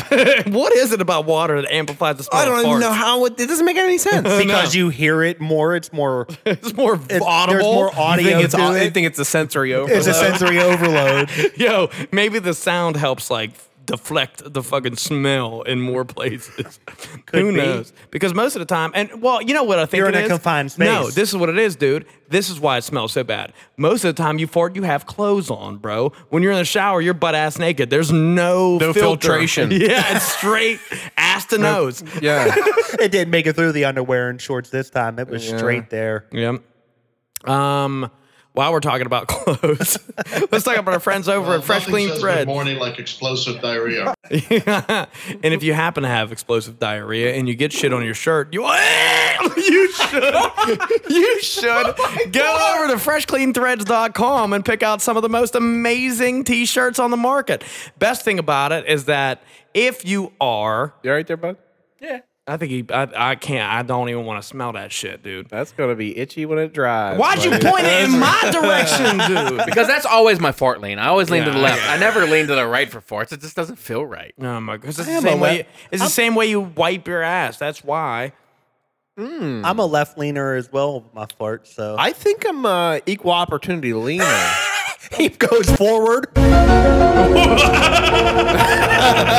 A: what is it about water that amplifies the smell
D: I don't
A: of
D: even
A: farts?
D: know how it, it doesn't make any sense.
C: because you hear it more, it's more
A: It's more
C: it's, There's
A: audible.
C: more audio
D: You think it's
C: to
D: au-
C: it.
D: you think it's a sensory overload.
C: it's a sensory overload.
A: Yo, maybe the sound helps like deflect the fucking smell in more places. Who
C: be.
A: knows? Because most of the time, and well, you know what I think
C: You're in
A: it
C: a
A: is?
C: confined
A: No,
C: space.
A: this is what it is, dude. This is why it smells so bad. Most of the time, you fart, you have clothes on, bro. When you're in the shower, you're butt ass naked. There's no
D: No
A: filter.
D: filtration.
A: Yeah, it's straight ass to nose.
D: yeah.
C: it didn't make it through the underwear and shorts this time. It was straight there.
A: Yep. Um. While we're talking about clothes, let's talk about our friends over at Fresh Clean Thread.
I: morning like explosive diarrhea.
A: and if you happen to have explosive diarrhea and you get shit on your shirt, you you should you should go over to freshcleanthreads.com and pick out some of the most amazing t-shirts on the market. Best thing about it is that if you are,
D: You all right there, bud?
A: I think he, I, I can't, I don't even want to smell that shit, dude.
D: That's gonna be itchy when it dries.
A: Why'd you point it in my direction, dude?
B: because that's always my fart lean. I always lean to the
A: Yeah,
B: left. I never lean to the right for farts. It just doesn't feel right.
A: Oh my god, it's the
C: am
A: same
C: a
A: way.
C: wet-
A: It's the same way you wipe your ass. That's why.
B: Hmm.
C: I'm a left leaner as well. with My fart, so
D: I think I'm uh, equal opportunity leaner.
C: he goes forward.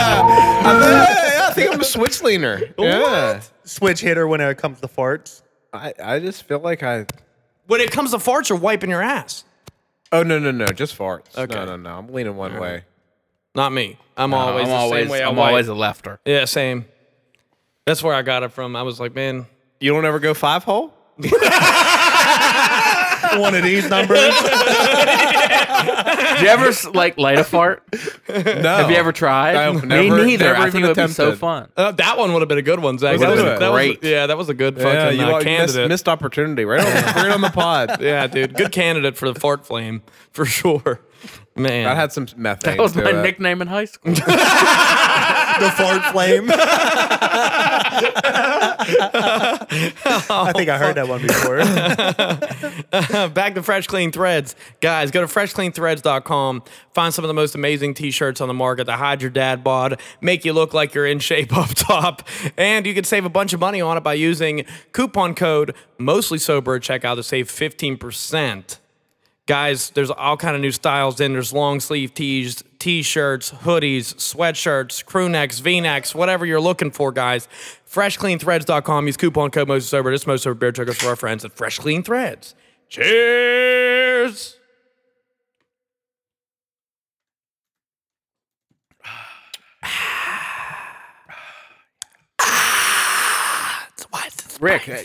D: yeah, I think I'm a switch leaner. Yeah.
C: Switch hitter when it comes to farts.
D: I, I just feel like I.
A: When it comes to farts, you're wiping your ass.
D: Oh no no no! Just farts.
A: Okay.
D: No no no! I'm leaning one way.
A: Not me. I'm always
B: I'm
A: the
B: always,
A: same way. I
B: I'm
A: wipe.
B: always a lefter.
A: yeah, same. That's where I got it from. I was like, man,
D: You don't ever go five hole?
C: One of these numbers.
B: Do you ever s- like light a fart?
D: No.
B: Have you ever tried?
D: I've
B: Me
D: never-
B: neither.
D: never
B: I think
D: even
B: it would be so
D: attempted.
B: fun.
A: uh, that one would have been a good one, Zach.
D: That
A: That was,
D: would've
A: a-
D: been
A: that was a-
B: great.
A: yeah, that was a good
D: Yeah,
A: fucking
D: you,
A: uh,
D: all- you missed,
A: candidate.
D: missed opportunity right on, right on the pod.
A: yeah, dude, good candidate for the fart flame for sure. Man,
D: I had some methane.
B: That was
D: to
B: my
D: it.
B: nickname in high school.
C: the fart flame. I think I heard that one before.
A: Back to Fresh Clean Threads. Guys, go to freshcleanthreads.com. Find some of the most amazing t shirts on the market that hide your dad bod, make you look like you're in shape up top. And you can save a bunch of money on it by using coupon code mostly sober at checkout to save 15%. Guys, there's all kind of new styles in. There's long sleeve tees, t-shirts, hoodies, sweatshirts, crew necks, v-necks, whatever you're looking for, guys. FreshCleanThreads.com. Use coupon code Moses Sober. This Moses Sober beer took us for our friends at Fresh Clean Threads. Cheers.
B: Rick, uh,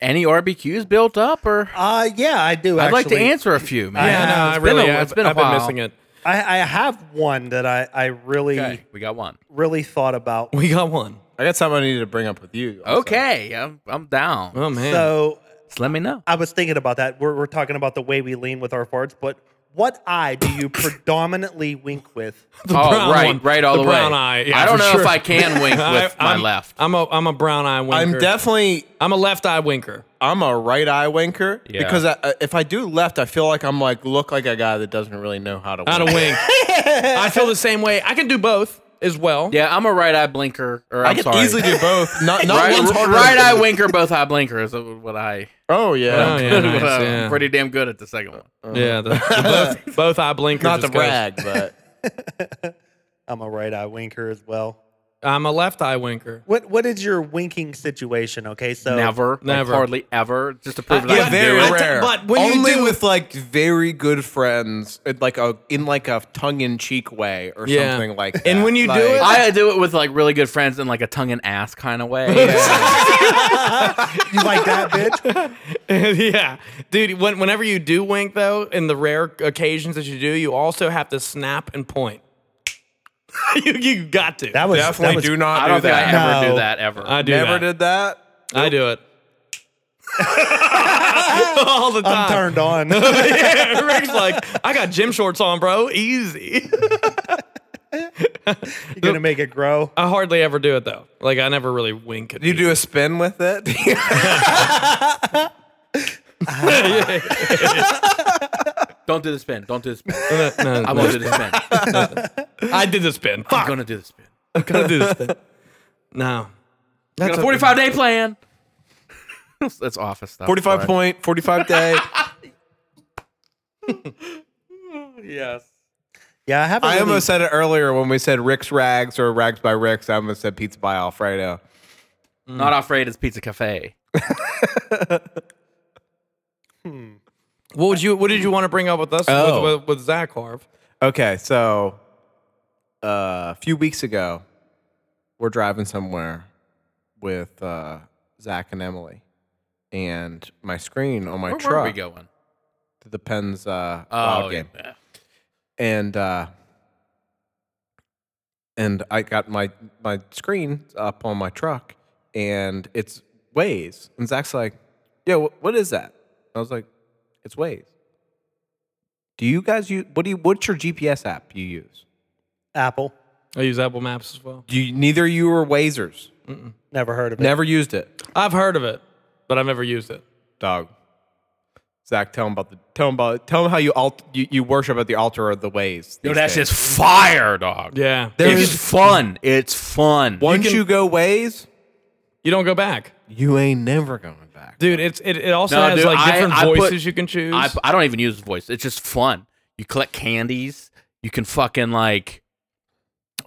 B: any RBQs built up or?
C: uh, yeah, I do.
B: I'd like to
C: actually.
B: answer a few, man.
A: Yeah, no, I
B: It's been
A: really,
B: a-
A: I've,
B: it's been a
A: I've been
B: while.
A: missing it.
C: I, I have one that I, I really,
B: Okay, we got one.
C: really thought about.
A: We got one.
D: I got something I needed to bring up with you. also.
B: Okay, I'm, I'm down.
A: Oh man.
C: So
B: Just let me know.
C: I was thinking about that. We're, we're talking about the way we lean with our farts, but what eye do you predominantly wink with?
A: the
B: oh,
A: brown
B: right,
A: one.
B: right, all the,
A: brown
B: way.
A: eye. Yeah,
B: I don't
A: for
B: know
A: sure.
B: if I can wink with my
A: I'm-
B: left.
A: I'm a I'm a brown eye winker.
D: I'm definitely
A: I'm a left eye winker.
D: I'm a right eye winker
B: Yeah.
D: because I, I- if I do left, I feel like I'm like look like a guy that doesn't really know how to.
A: How to
D: wink.
A: wink. I feel the same way. I can do both as well.
B: yeah, I'm a right eye blinker. Or
D: I
B: I'm
D: can
B: sorry.
D: easily do both. Not not
B: right,
D: one's
B: r-
D: harder.
B: right eye winker, both eye blinker is what I.
D: Oh yeah.
A: Oh, yeah,
B: what
A: nice,
B: I'm
A: yeah.
B: pretty damn good at the second one.
A: Yeah, the, the both, both eye blinkers.
D: Not to
A: just goes-
D: brag, but
C: I'm a right eye winker as well.
A: I'm a left eye winker.
C: What What is your winking situation? Okay, so
B: Never, like,
A: Never.
B: hardly ever. Just to prove that
A: yeah,
B: I can
A: very
B: do it.
A: rare. but when you
D: only
A: do-
D: with like very good friends, in like a in like a tongue in cheek way or
A: Yeah.
D: something like that.
A: And when you do
D: Like,
A: it-
B: I do it with like really good friends in like a tongue and ass kind of way.
C: you like that, bitch?
A: yeah, dude. When, whenever you do wink, though, in the rare occasions that you do, you also have to snap and point. you, you got to.
C: That was
D: definitely
C: that was,
D: do not
B: I
D: do
B: don't think
D: that.
B: I ever
C: No.
B: do that ever.
A: I do.
D: Never
A: that.
D: did that.
A: I do it all the
C: I'm
A: time.
C: turned on.
A: Rick's like, I got gym shorts on, bro. Easy.
C: You're gonna make it grow.
A: I hardly ever do it though. Like I never really wink at
D: You do a spin with it.
B: Don't do the spin. Don't do the spin.
A: No, no,
B: I won't do the spin.
A: I did the spin. Fuck.
B: I'm gonna do the spin.
A: I'm gonna do the spin. No.
B: Got a 45 day plan. That's office stuff.
D: Forty five point, forty five day.
B: Yes.
C: Yeah, I haven't.
D: I
C: really-
D: almost said it earlier when we said Rick's Rags or Rags by Rick's. I almost said Pizza by Alfredo.
B: Not afraid it's Pizza Cafe.
A: What would you? What did you want to bring up with us?
D: Oh.
A: With, with, with Zach Harv.
D: Okay, so uh, a few weeks ago, we're driving somewhere with uh, Zach and Emily, and my screen on my
B: Where
D: truck
B: were we going?
D: to the Pens uh,
B: Oh,
D: Wild game,
B: yeah.
D: and uh, and I got my my screen up on my truck, and it's Waze, and Zach's like, "Yo, wh- what is that?" I was like, "It's Waze." Do you guys use what do you what's your GPS app you use?
C: Apple.
A: I use Apple Maps as well.
D: You, neither you were Wazers.
C: Never heard of it.
D: Never used it.
A: I've heard of it, but I've never used it.
D: Dog. Zach, tell him about the tell him about tell him how you alt, you, you worship at the altar of the ways.
B: Yo,
D: these
B: that's
D: days.
B: just Oh, fire, dog.
A: Yeah.
B: It's fun. It's fun.
D: once you, go ways,
A: You don't go back,
D: you ain't never going back.
A: dude. It's it. It also
B: No,
A: has
B: dude,
A: like
B: I-
A: different
B: I put-
A: voices you can choose.
B: I, I don't even use voice. It's just fun. You collect candies. You can fucking like.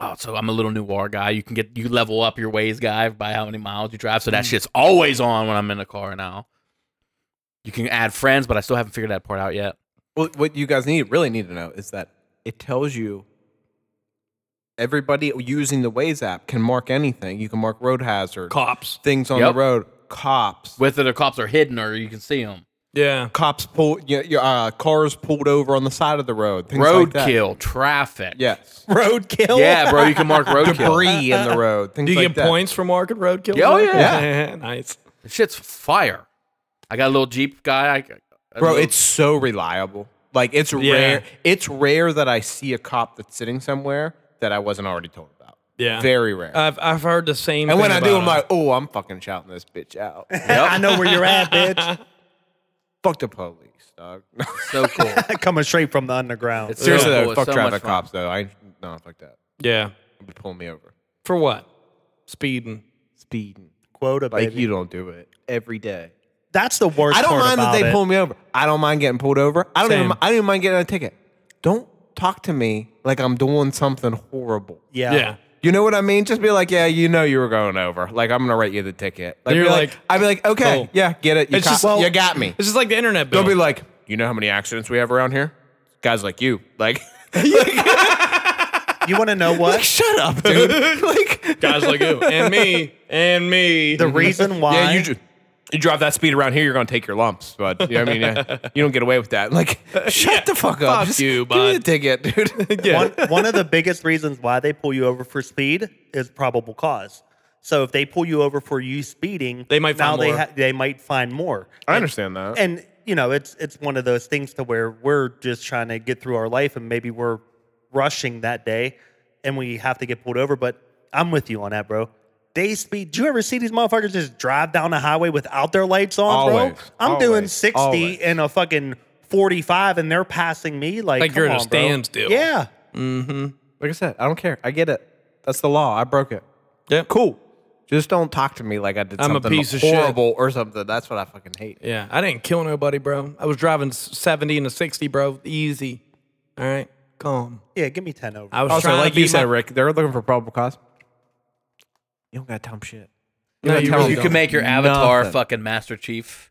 B: Oh, so I'm a little noir guy. You can get you level up your ways guy by how many miles you drive. So
D: Mm.
B: that shit's always on when I'm in the car now. You can add friends, but I still haven't figured that part out yet.
D: Well, what you guys need really need to know is that it tells you everybody using the Waze app can mark anything. You can mark road hazard,
A: Cops.
D: things on
B: Yep.
D: the road, cops,
B: Whether the cops are hidden or you can see them.
A: Yeah.
D: cops pulled, you know, uh, cars pulled over on the side of the road, things like that.
B: Roadkill, traffic.
D: Yes.
C: Roadkill.
B: Yeah, bro. You can mark roadkill.
D: debris in the road. Things
A: Do you
D: like
A: get
D: that.
A: points for market roadkill?
B: Yeah, oh,
A: Zach?
B: yeah.
A: nice.
B: That Shit's fire. I got a little Jeep guy. I, a
D: bro?
B: little-
D: It's so reliable. Like it's
A: Yeah.
D: rare. It's rare that I see a cop that's sitting somewhere that I wasn't already told about.
A: Yeah.
D: Very rare.
A: I've, I've heard the same
D: and
A: thing
D: when I do,
A: about
D: I'm
A: it.
D: like, oh, I'm fucking shouting this bitch out.
C: I know where you're at, bitch.
D: Fuck the police, dog.
B: So cool.
C: Coming straight from the underground.
B: It's
D: Seriously,
B: so cool.
D: though, fuck
B: It's so much
D: traffic
B: fun.
D: cops, though. I no, fuck that.
A: yeah.
D: They'd be pulling me over,
A: For what? Speeding.
D: speeding.
C: quota,
D: Like
C: baby.
D: you don't do it every day.
C: That's the worst.
D: I don't
C: part
D: mind that
C: about
D: they
C: it.
D: pull me over. I don't mind getting pulled over. I don't
A: Same.
D: even. I don't even mind getting a ticket. Don't talk to me like I'm doing something horrible.
C: Yeah.
A: Yeah.
D: You know what I mean? Just be like, yeah, you know, you were going over. Like, I'm gonna write you the ticket. Like,
A: You're
D: be
A: like,
D: I'd be like, okay,
A: cool.
D: yeah, get it. You,
A: It's
D: cop-
A: just- well-
D: you got me.
A: This is like the internet bill.
D: Don't be like, you know how many accidents we have around here? Guys like you, like,
C: You want to know what?
D: shut up, dude. like,
A: guys like you and me and me.
C: the reason why.
D: yeah, you ju- you drive that speed around here, you're gonna take your lumps. But you know what I mean, yeah, you don't get away with that. Like, shut the fuck up.
A: fuck
D: Just
A: you,
D: give me the
A: bud.
D: ticket, dude.
C: one, one of the biggest reasons why they pull you over for speed is probable cause. So if they pull you over for you speeding,
A: They might
C: now
A: find
C: they
A: more.
C: they might find more.
E: I understand that.
C: And you know, it's it's one of those things to where we're just trying to get through our life, and maybe we're rushing that day, and we have to get pulled over. But I'm with you on that, bro. They speed. Do you ever see these motherfuckers just drive down the highway without their lights on,
D: Always.
C: bro? I'm doing
D: Always.
C: 60
D: Always.
C: and a fucking 45, and they're passing me like,
A: Like you're
C: come
A: at a
C: on, bro.
A: standstill.
C: Yeah.
D: Like I said, I don't care. I get it. That's the law. I broke it.
A: Yep.
D: Cool. Just don't talk to me like I did
A: I'm a
D: something
A: piece of shit.
D: horrible or something. That's what I fucking hate.
A: Yeah. I didn't kill nobody, bro. I was driving s- 70 and a 60, bro. Easy. All right. Calm.
C: Yeah, give me 10 over.
A: I was
D: Also,
A: trying
D: like
A: to
D: you
A: be
D: said,
A: my-
D: Rick, they're looking for probable cause. You don't got to tell them shit.
A: No,
D: gotta
A: you
D: tell
A: really
B: You
A: don't.
B: can make your avatar
D: Nothing.
B: fucking Master Chief.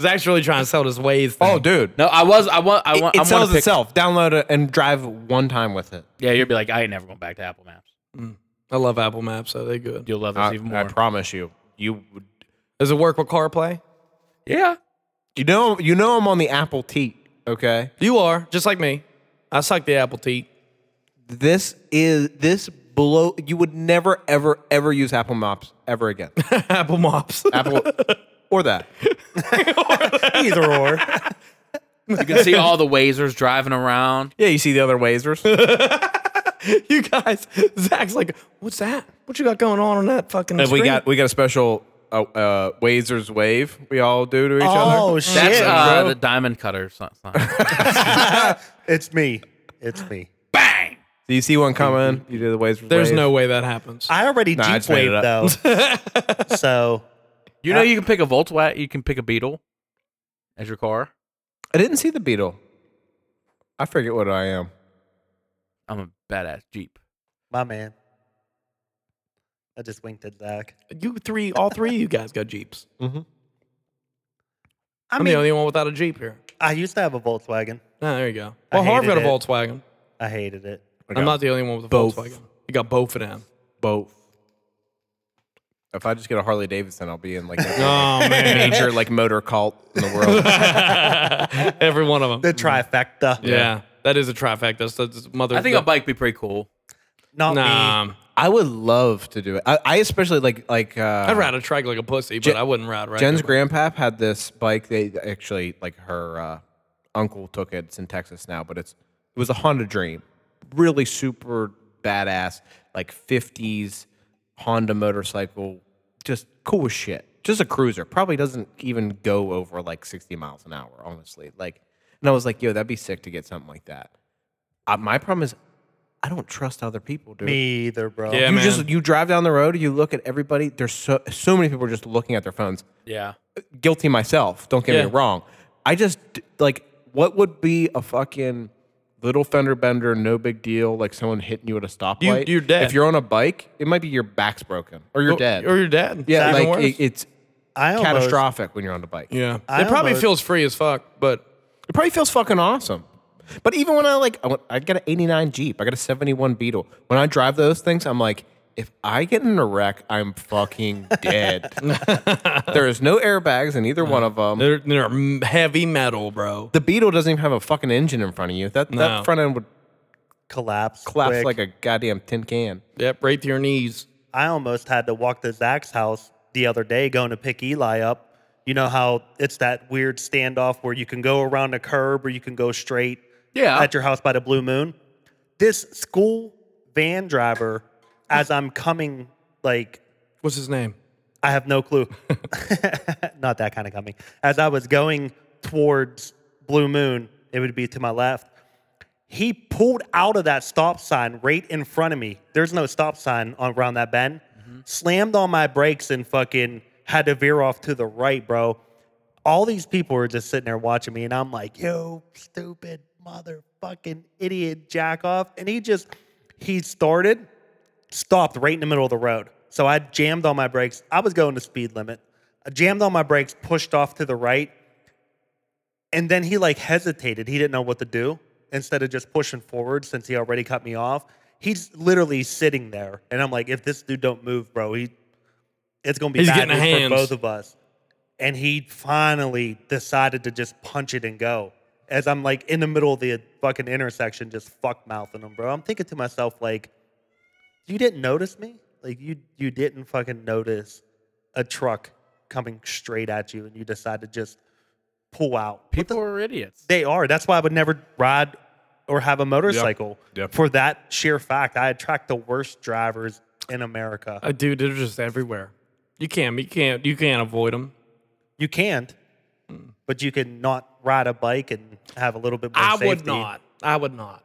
A: Zach's really trying to sell this Waze thing.
D: Oh, dude.
B: No, I was. I want. I want.
D: it
B: I
D: it sells
B: want to pick.
D: itself. Download it and drive one time with it.
B: Yeah, you'll be like, I ain't never going back to Apple Maps.
A: I love Apple Maps, so they're good.
B: You'll love this
D: I,
B: even more.
D: I promise you. You would.
A: Does it work with CarPlay?
B: yeah.
D: You know, you know, I'm on the Apple T. Okay,
A: You are, just like me. I suck the apple teat.
D: this is this blow. You would never, ever, ever use Apple Maps ever again.
A: apple mops.
D: Apple or that.
C: Either or.
B: You can see all the Wazers driving around.
D: Yeah, you see the other Wazers.
A: you guys, Zach's like, what's that? What you got going on on that fucking
D: and we
A: screen?"
D: got we got a special uh, uh, Wazers wave we all do to each other.
C: Oh, shit.
B: That's uh,
D: bro.
B: the diamond cutter. sign.
C: It's me. It's me.
B: Bang!
D: Do you see one coming? You do the Wazers.
A: There's
D: wave.
A: no way that happens.
C: I already
D: I
C: Jeep
D: just made
C: wave,
D: it
C: though. so,
B: You know you can pick a Volkswagen. You can pick a Beetle as your car.
D: I didn't see the Beetle. I forget what I am.
B: I'm a badass Jeep.
C: my man. I just winked at Zach.
A: you three, all three of you guys got Jeeps.
C: I
A: I'm
C: mean,
A: the only one without a Jeep here.
C: I used to have a Volkswagen.
A: Ah, there you go.
C: I
A: Well, Harv got
C: hated
A: a
C: it.
A: Volkswagen.
C: I hated it.
A: I'm not the only one with a
D: both.
A: Volkswagen. You got both of them.
D: Both. If I just get a Harley Davidson, I'll be in like a
A: Oh, man.
D: major like motor cult in the world.
A: Every one of them.
C: The trifecta.
A: Yeah. That is a trifecta. That's, that's mother.
B: I think a bike would be pretty cool.
C: Not me.
A: Nah.
D: I would love to do it. I, I especially like like uh,
A: I'd ride a trike like a pussy, but
D: Jen-
A: I wouldn't ride right.
D: Jen's grandpap had this bike. They actually like her uh, uncle took it. It's in Texas now, but it's it was a Honda Dream, really super badass, like '50s Honda motorcycle, just cool as shit. Just a cruiser. Probably doesn't even go over like 60 miles an hour, honestly. Like, and I was like, yo, that'd be sick to get something like that. Uh, my problem is, I don't trust other people, dude.
C: Me either, bro.
A: Yeah,
D: you
A: man.
D: just you drive down the road, you look at everybody. There's so so many people are just looking at their phones
B: Yeah.
D: guilty myself. Don't get
A: Yeah.
D: me wrong. I just like what would be a fucking little fender bender, no big deal, like someone hitting you at a stoplight.
A: you're dead.
D: If you're on a bike, it might be your back's broken or you're dead.
A: Or you're dead.
D: yeah,
A: Even
D: like
A: worse.
D: it, it's
C: I almost,
D: catastrophic when you're on the bike.
A: Yeah.
C: I
A: it probably
C: almost-
A: feels free as fuck, but
D: It probably feels fucking awesome. But even when I like, I, went, I got an 89 Jeep, I got a 71 Beetle. When I drive those things, I'm like, if I get in a wreck, I'm fucking dead. there is no airbags in either one of them.
A: they're, they're m- heavy metal, bro.
D: The Beetle doesn't even have a fucking engine in front of you. That
A: No.
D: that front end would
C: Collapse.
D: collapse
C: quick.
D: like a goddamn tin can.
A: Yep, right to your knees.
C: I almost had to walk to Zach's house the other day going to pick Eli up. You know how it's that weird standoff where you can go around the curb or you can go straight
B: Yeah.
C: at your house by the blue moon? this school van driver, as I'm coming, like
A: What's his name?
C: I have no clue. Not that kind of coming. As I was going towards Blue Moon, it would be to my left. He pulled out of that stop sign right in front of me. There's no stop sign on, around that bend. Slammed on my brakes and fucking had to veer off to the right, bro. All these people were just sitting there watching me, and I'm like, yo, stupid motherfucking idiot jack off. And he just, he started stopped right in the middle of the road. So I jammed on my brakes. I was going to speed limit. I jammed on my brakes, pushed off to the right, and then he like hesitated. He didn't know what to do. Instead of just pushing forward, since he already cut me off, he's literally sitting there. And I'm like, if this dude don't move, bro, he it's gonna be
A: He's
C: bad
A: getting
C: news
A: hands.
C: for both of us. And he finally decided to just punch it and go. As I'm like in the middle of the fucking intersection, just fuck mouthing him, bro. I'm thinking to myself, like, you didn't notice me like you you didn't fucking notice a truck coming straight at you and you decide to just pull out
B: People are idiots.
C: they are that's why i would never ride or have a motorcycle
H: Yep.
C: for that sheer fact i attract the worst drivers in america
A: Uh, dude, they're just everywhere. You can't, you can't, you can't avoid them.
C: you can't but you can not ride a bike and have a little bit more
A: I would
C: safety.
A: not. I would not.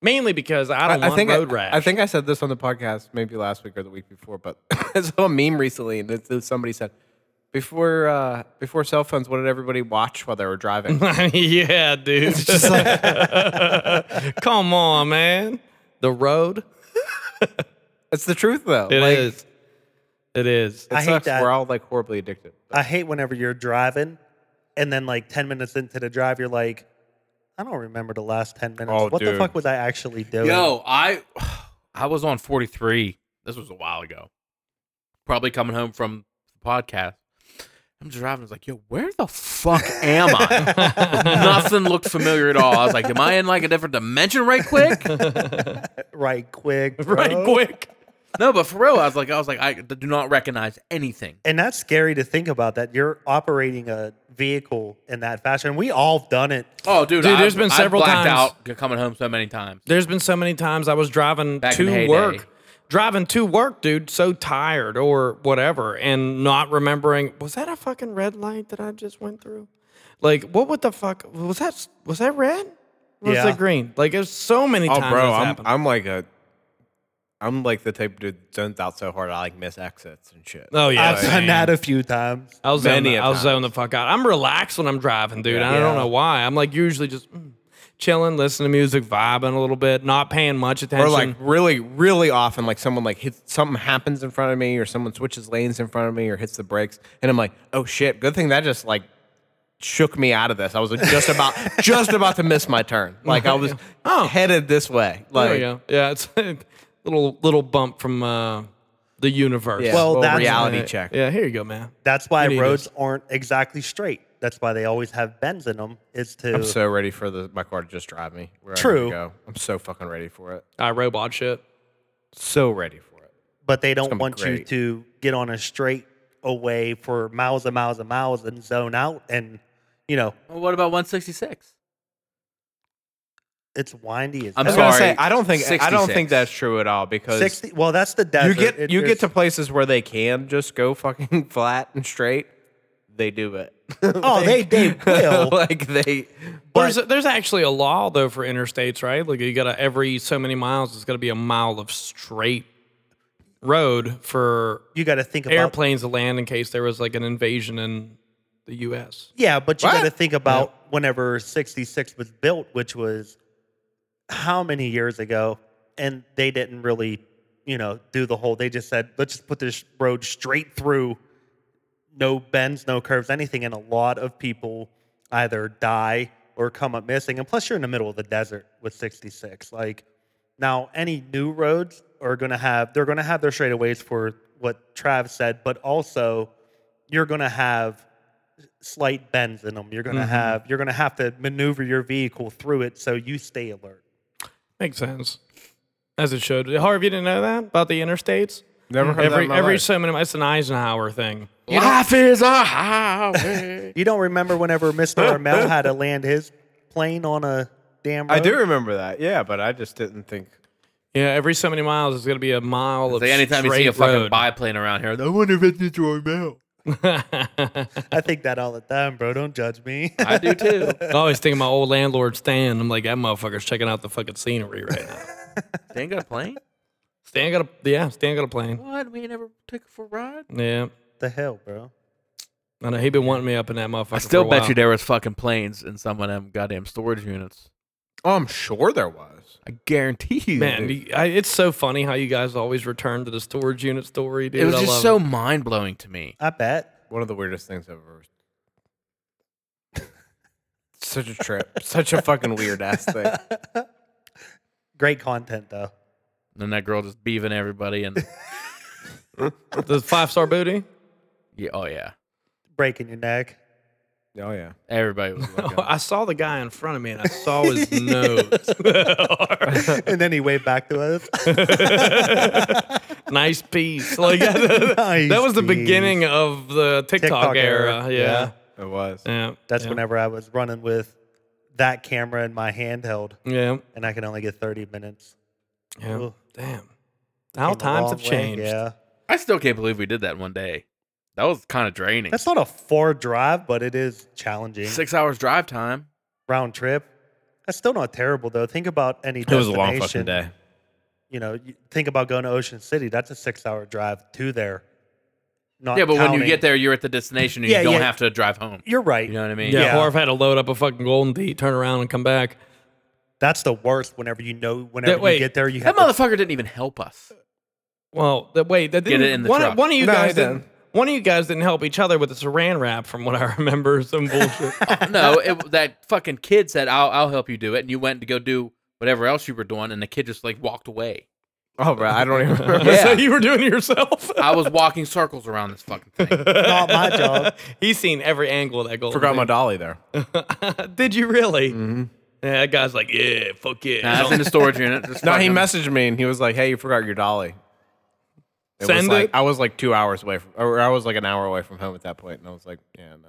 A: Mainly because I don't
D: I,
A: want
D: think
A: road
D: I,
A: rash.
D: I think I said this on the podcast maybe last week or the week before, but I saw a meme recently and it- it- somebody said, before uh, before cell phones, what did everybody watch while they were driving?
A: yeah, dude. Come on, man. The road.
D: it's the truth though.
A: It is.
D: like,
A: It is.
D: It
C: I hate
D: sucks.
C: that.
D: We're all like horribly addicted.
C: I hate whenever you're driving and then like 10 minutes into the drive, you're like, I don't remember the last 10 minutes.
H: Oh,
C: what the
H: dude.
C: fuck was I actually doing?
B: Yo, I I was on 43. This was a while ago. Probably coming home from the podcast. I'm driving. I was like, yo, where the fuck am I? Nothing looked familiar at all. I was like, am I in like a different dimension right quick?
C: Right quick.
A: Right
C: bro.
A: quick.
B: No, but for real, I was like, I was like, I do not recognize anything.
C: And that's scary to think about that you're operating a vehicle in that fashion. We all done it.
B: Oh, dude,
A: Dude, there's
B: there's
A: been several
B: blacked
A: times-
B: out coming home so many times.
A: There's been so many times I was driving
B: Back in the
A: to
B: heyday.
A: work, driving to work, dude, so tired or whatever, and not remembering was that a fucking red light that I just went through? Like, what? What the fuck was that? Was that red? Or Was
C: Yeah.
A: it green? Like, there's so many
H: Oh,
A: times.
H: bro,
A: that's
H: I'm-
A: happened.
D: I'm like a, I'm like the type dude zones out so hard I like miss exits and shit.
A: oh yeah,
C: I've done
A: man.
C: that a few times.
A: I'll zone.
D: Many
A: The,
D: a
A: I'll
D: times.
A: zone the fuck out. I'm relaxed when I'm driving, dude. I don't know why. I'm like usually just mm, chilling, listening to music, vibing a little bit, not paying much attention.
D: Or like really, really often, like someone like hits something happens in front of me, or someone switches lanes in front of me, or hits the brakes, and I'm like, oh shit! Good thing that just like shook me out of this. I was just about just about to miss my turn. Like I was headed this way. Like
A: there we go. Yeah, it's a little little bump from uh, the universe.
D: yeah,
C: Well,
D: little
C: that's-
D: reality
A: Yeah,
D: check.
A: Yeah, here you go, man.
C: That's why
A: need
C: roads aren't exactly straight. That's why they always have bends in them. Is to
D: I'm so ready for the my car to just drive me. Where
C: True.
D: I go. I'm so fucking ready for it.
A: I robot shit.
D: So ready for it.
C: but they don't
D: gonna be
C: want you
D: great.
C: to get on a straight away for miles and miles and miles and zone out and you know
B: Well, what about 166?
C: it's windy as
B: I'm
D: I
C: hell.
D: was gonna
B: sorry.
D: say I don't think I don't
B: 66.
D: think that's true at all because
C: 60 well that's the desert
D: you get
C: It-
D: you get to
C: there's-
D: places where they can just go fucking flat and straight. They do it.
C: oh they they will
D: like they.
C: but
A: There's there's actually a law though for interstates, right? Like you got to every so many miles, it's got to be a mile of straight road for
C: you got to think about
A: airplanes to land in case there was like an invasion in the U.S.
C: yeah but you got to think about whenever 66 was built which was how many years ago and they didn't really you know do the whole they just said let's just put this road straight through no bends no curves anything and a lot of people either die or come up missing and plus you're in the middle of the desert with 66 like now any new roads are going to have they're going to have their straightaways for what trav said but also you're going to have slight bends in them you're going to have you're going to have to maneuver your vehicle through it so you stay alert
A: Makes sense, as it should. Harvey, you didn't know that about the interstates.
D: Never heard
A: Every
D: that.
A: every so many, it's an Eisenhower thing.
B: Life is a highway.
C: You don't remember whenever Mr. Armel had to land his plane on a damn road.
H: I do remember that. Yeah, but I just didn't think.
A: Yeah, every so many miles is going to be a mile of
B: Like anytime you
A: straight
B: see a fucking
A: road.
B: biplane around here, I wonder if it's Detroit Mail.
C: I think that all the time, bro. Don't judge me.
B: I do too.
A: I always think of my old landlord Stan. I'm like, that motherfucker's checking out the fucking scenery right now.
B: they ain't got a plane.
A: Stan got a yeah. Stan got a plane.
B: What? We ain't never took it for a ride.
A: Yeah,
C: the hell, bro.
A: I know he been wanting me up in that motherfucker.
B: I still
A: for a
B: bet
A: while.
B: you there was fucking planes in some of them goddamn storage units.
H: Oh, I'm sure there was.
B: I guarantee you.
A: Man,
B: dude.
A: you- I, it's so funny how you guys always return to the storage unit story, dude.
B: it was
A: I
B: just
A: love
B: so mind blowing to me.
C: I bet.
H: One of the weirdest things I've ever. Such a trip. Such a fucking weird ass thing.
C: Great content though.
B: And that girl just beaving everybody and
A: the five star booty.
B: yeah, oh yeah,
C: Breaking your neck.
H: Oh yeah.
B: everybody was looking.
A: I saw the guy in front of me and I saw his nose.
C: and then he waved back to us.
A: nice piece. Like that was the
C: piece.
A: beginning of the TikTok,
C: TikTok
A: era.
C: era,
A: Yeah.
C: yeah.
H: It was.
A: Yeah.
C: That's
A: yeah.
C: whenever I was running with that camera in my handheld,
A: Yeah.
C: and I could only get 30 minutes.
A: Yeah.
C: Ooh.
A: Damn. How
C: Came a
A: times
C: long
A: have
C: way,
A: changed.
C: Yeah.
B: I still can't believe we did that in one day. That was kind of draining.
C: That's not a far drive, but it is challenging.
B: Six hours drive time.
C: Round trip. That's still not terrible though. Think about any
H: It was
C: destination.
H: a long fucking day.
C: You know, you think about going to Ocean City. That's a six-hour drive to there. Not
B: Yeah, but when you
C: counting-
B: get there, you're at the destination and
C: Yeah,
B: you don't
C: yeah.
B: have to drive home.
C: you're right.
B: You know what I mean?
A: Yeah,
C: Yeah.
A: Harv had to load up a fucking golden tee, turn around and come back.
C: That's the worst. Whenever you know, whenever
A: wait,
C: you get there, you have
B: That
C: to
B: motherfucker didn't even help us.
A: Well, that wait, that
B: Get it
A: didn't
B: in the
A: one,
B: truck.
A: one of you
H: No,
A: guys
H: he
A: didn't.
H: didn't.
A: One of you guys didn't help each other with the saran wrap, from what I remember. Some bullshit.
B: no, it, that fucking kid said, I'll, I'll help you do it. And you went to go do whatever else you were doing. And the kid just like walked away.
H: Oh, bro, I don't even remember.
A: so you were doing it yourself.
B: I was walking circles around this fucking thing.
C: not my job.
A: He's seen every angle of that golden.
H: Forgot my dolly there.
A: my. Did you really? Mm-hmm. Yeah, that guy's like, yeah, fuck yeah.
B: Nah, I was in the storage unit. Just
H: No, he
B: fucking-
H: messaged me and he was like, "Hey, you forgot your dolly." It
A: Send
H: was like,
A: it.
H: I was like two hours away from, or I was like an hour away from home at that point, and I was like, "Yeah, no."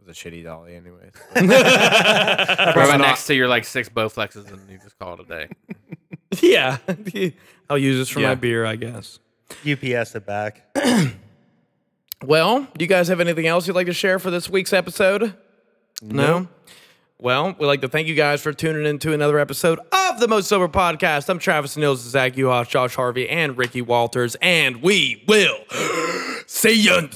H: It was a shitty dolly, anyways.
B: Right next to your like six Bowflexes and you just call it a day.
A: yeah, I'll use this for my
H: Yeah.
A: beer, I guess.
C: UPS it back.
A: Well, do you guys have anything else you'd like to share for this week's episode? No. Well, we'd like to thank you guys for tuning in to another episode of the Most Sober Podcast. I'm Travis Nils, Zach Uhas, Josh Harvey, and Ricky Walters, and we will see you.